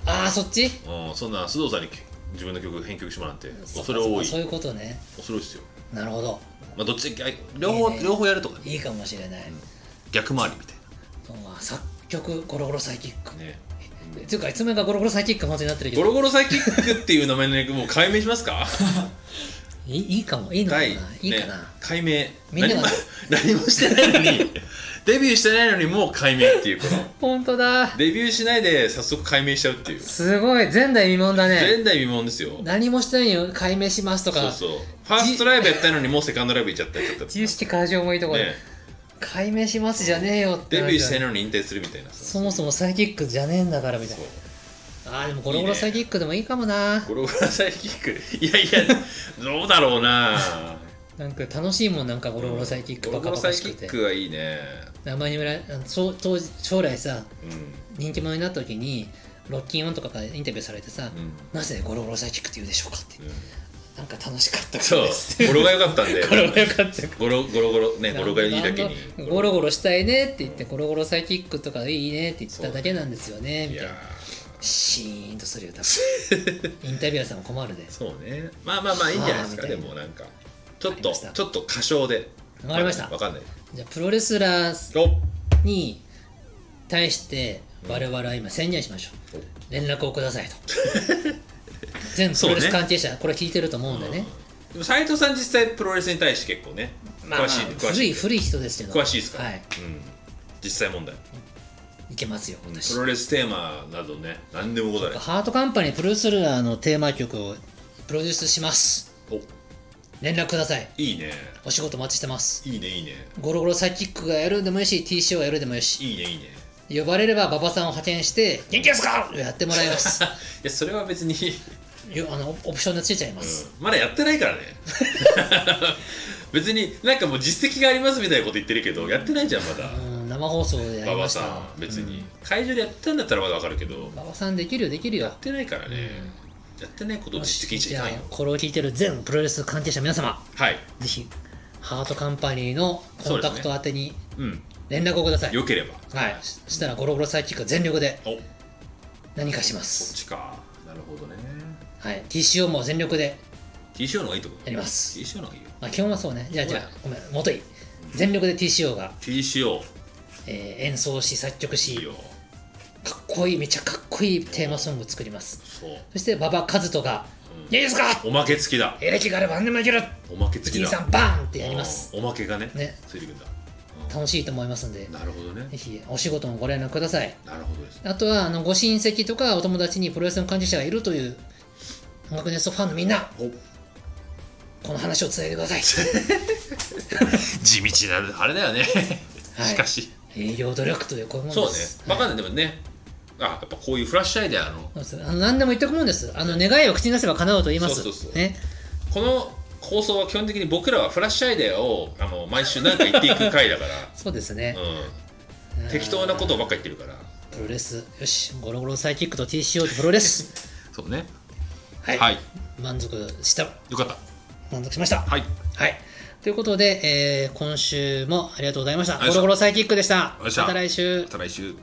Speaker 2: いか
Speaker 1: ああそっち
Speaker 2: な、うん、そんな須藤さんに自分の曲編曲してもらって
Speaker 1: っか
Speaker 2: 恐れ多
Speaker 1: っか
Speaker 2: い
Speaker 1: そう
Speaker 2: 恐
Speaker 1: いうことね
Speaker 2: れ多いですよ
Speaker 1: なるほど
Speaker 2: まあどっちであ両方
Speaker 1: いいね
Speaker 2: 両方やるとかね
Speaker 1: いいかもしれない、
Speaker 2: 逆回りみたい
Speaker 1: そうか作曲ゴロゴロサイキック、
Speaker 2: なね
Speaker 1: っていうか、いつもがゴロゴロサイキック本当になってるけ
Speaker 2: ゴ
Speaker 1: ど、
Speaker 2: ロゴロサイキックっていう名前の役もう解明しますか
Speaker 1: いいいいかも、いいのかな、
Speaker 2: 第
Speaker 1: いいか
Speaker 2: ね
Speaker 1: な。
Speaker 2: 解明
Speaker 1: みんなが
Speaker 2: 何も何もしてないのにデビューしてないのにもう解明っていうこの
Speaker 1: 本当だ。
Speaker 2: デビューしないで早速解明しちゃうっていう
Speaker 1: すごい、前代未聞だね。
Speaker 2: 前代未聞ですよ
Speaker 1: 何もしてないよ、解明しますと
Speaker 2: そう
Speaker 1: か、
Speaker 2: そうファーストライブやったのにもうセカンドライブ行っちゃったりとか
Speaker 1: 自意識過剰もいいところで、
Speaker 2: ね
Speaker 1: 解明しますじゃねえよって
Speaker 2: デ
Speaker 1: なるじゃん。
Speaker 2: ビューしてないのに引退するみたいな
Speaker 1: そもそもサイキックじゃねえんだからみたい
Speaker 2: そう
Speaker 1: な。ああ、でもゴロゴロサイキックでもいいかもな。
Speaker 2: ゴロゴロサイキックいやいやどうだろうな
Speaker 1: なんか楽しいもん、なんかゴロゴロサイキック
Speaker 2: ゴ
Speaker 1: バ
Speaker 2: ロゴ
Speaker 1: カ
Speaker 2: ロ
Speaker 1: バ
Speaker 2: サ
Speaker 1: カし
Speaker 2: イキ
Speaker 1: くて
Speaker 2: ッ。クはいいね
Speaker 1: 名前に村あのそう当時将来さ、
Speaker 2: うん
Speaker 1: 人気者になった時に、ロッキンオンとかからインタビューされてさ、
Speaker 2: うん
Speaker 1: なぜゴロゴロサイキックって言うでしょうかって。
Speaker 2: うん
Speaker 1: なんか楽しかったから
Speaker 2: そう
Speaker 1: ですって。
Speaker 2: 語呂が良かったんで
Speaker 1: ゴロゴロよかった。
Speaker 2: ゴロゴロゴロねゴロがいいだけに
Speaker 1: ゴロゴロしたいねって言ってゴロゴロサイキックとかいいねって言ってただけなんですよね
Speaker 2: い
Speaker 1: みたい
Speaker 2: や
Speaker 1: なシーンとするよ多分インタビュアーさんも困るで
Speaker 2: ーそうねまあまあまあいいんじゃないですか
Speaker 1: はあ
Speaker 2: で
Speaker 1: みたいな
Speaker 2: もなんかちょっ
Speaker 1: わかり
Speaker 2: と
Speaker 1: ました
Speaker 2: ちょっと過小で
Speaker 1: わかりました
Speaker 2: わかんない
Speaker 1: じゃあプロレスラー
Speaker 2: お
Speaker 1: に対して我々は今宣言しましょう、連絡をくださいと 全プロレス関係者、これ聞いてると思うんでね、
Speaker 2: でも斉藤さん実際プロレスに対して結構ね
Speaker 1: まあ、まあ
Speaker 2: 詳しい詳
Speaker 1: 古
Speaker 2: し
Speaker 1: い
Speaker 2: い
Speaker 1: 古い人ですけど
Speaker 2: 詳しいですから
Speaker 1: はい
Speaker 2: うん実際問題
Speaker 1: いけますよ私、
Speaker 2: プロレステーマなどね何でもございます
Speaker 1: ハートカンパニープロレスラーのテーマ曲をプロデュースします
Speaker 2: お
Speaker 1: 連絡ください
Speaker 2: いいね
Speaker 1: お仕事お待ちしてます
Speaker 2: いいねいいね
Speaker 1: ゴロゴロサイキックがやるんでもいいし TCO がやるんでもいいし
Speaker 2: いいねいいね
Speaker 1: 呼ばれれば馬場さんを派遣して「元気ですか!」やってもらいます
Speaker 2: いやそれは別に、
Speaker 1: よあのオプションでついちゃいます、
Speaker 2: まだやってないからね 別になんかもう実績がありますみたいなこと言ってるけどやってないじゃんまだ
Speaker 1: うん、生放送でや
Speaker 2: 馬
Speaker 1: りま
Speaker 2: 場
Speaker 1: した
Speaker 2: さん別に、会場でやってたんだったらまだわかるけど、や
Speaker 1: 馬場さんできるよできるよ
Speaker 2: ってないからね、やってないことを
Speaker 1: よし
Speaker 2: 実績にしち
Speaker 1: じ
Speaker 2: ゃい
Speaker 1: ゃあ
Speaker 2: かんよ
Speaker 1: これを聞いてる全プロレス関係者皆様
Speaker 2: はい
Speaker 1: ぜひハートカンパニーのコンタクト宛てに
Speaker 2: うん
Speaker 1: 連絡をください、
Speaker 2: よければ
Speaker 1: はいししたらゴロゴロサイキック全力で
Speaker 2: おこ
Speaker 1: 何かしま
Speaker 2: っ
Speaker 1: す、
Speaker 2: ちかなるほどね
Speaker 1: はい、TCO も全力で
Speaker 2: TCO の方がいいとこ
Speaker 1: やります
Speaker 2: TCO の方がいいよ
Speaker 1: あ基本はそうねじゃあじゃあ
Speaker 2: そ
Speaker 1: ごめん元い全力で TCO が
Speaker 2: TCO
Speaker 1: えー演奏し作曲
Speaker 2: いい
Speaker 1: し
Speaker 2: よ
Speaker 1: かっこいいめちゃかっこいいテーマソング作ります
Speaker 2: そう、
Speaker 1: そして馬場和人が「いいですか
Speaker 2: おまけ付きだ
Speaker 1: エレキがあれば何でもいける!」
Speaker 2: おま
Speaker 1: 「
Speaker 2: け付き
Speaker 1: 金
Speaker 2: だ
Speaker 1: さんバーン!」ってやります
Speaker 2: おまけがね
Speaker 1: ね
Speaker 2: ついてくんだ
Speaker 1: 楽しいと思いますんで
Speaker 2: なるほどね
Speaker 1: ぜひお仕事もご連絡ください
Speaker 2: なるほどですね
Speaker 1: あとはあのご親戚とかお友達にプロレスの関係者がいるという音楽ネストファンのみんな
Speaker 2: お
Speaker 1: この話を伝えてくだ さい
Speaker 2: 地道なあれだよね
Speaker 1: はい
Speaker 2: しかし、
Speaker 1: 営業努力というこういうも
Speaker 2: そ
Speaker 1: の
Speaker 2: う
Speaker 1: で
Speaker 2: ね
Speaker 1: す
Speaker 2: わ
Speaker 1: はい
Speaker 2: かんないでもねあやっぱこういうフラッシュアイデアの
Speaker 1: そうですあの何でも言ってくもんですあの願いを口に出せば叶うと言います
Speaker 2: そうそうそう
Speaker 1: ね
Speaker 2: この放送は基本的に僕らはフラッシュアイデアをあの毎週何か言っていく回だか
Speaker 1: そうですね
Speaker 2: ら、、うん、適当なことばっかり言ってるから
Speaker 1: プロレスよしゴロゴロサイキックと TCO とプロレス
Speaker 2: そうね
Speaker 1: は、
Speaker 2: はいい、
Speaker 1: 満足した
Speaker 2: よかった
Speaker 1: 満足しました
Speaker 2: はい
Speaker 1: はいということで、えー今週もありがとうございました
Speaker 2: ありがとう
Speaker 1: ゴロゴロ
Speaker 2: ございました
Speaker 1: サイキックでした
Speaker 2: ありがとうございました
Speaker 1: また来週
Speaker 2: また来週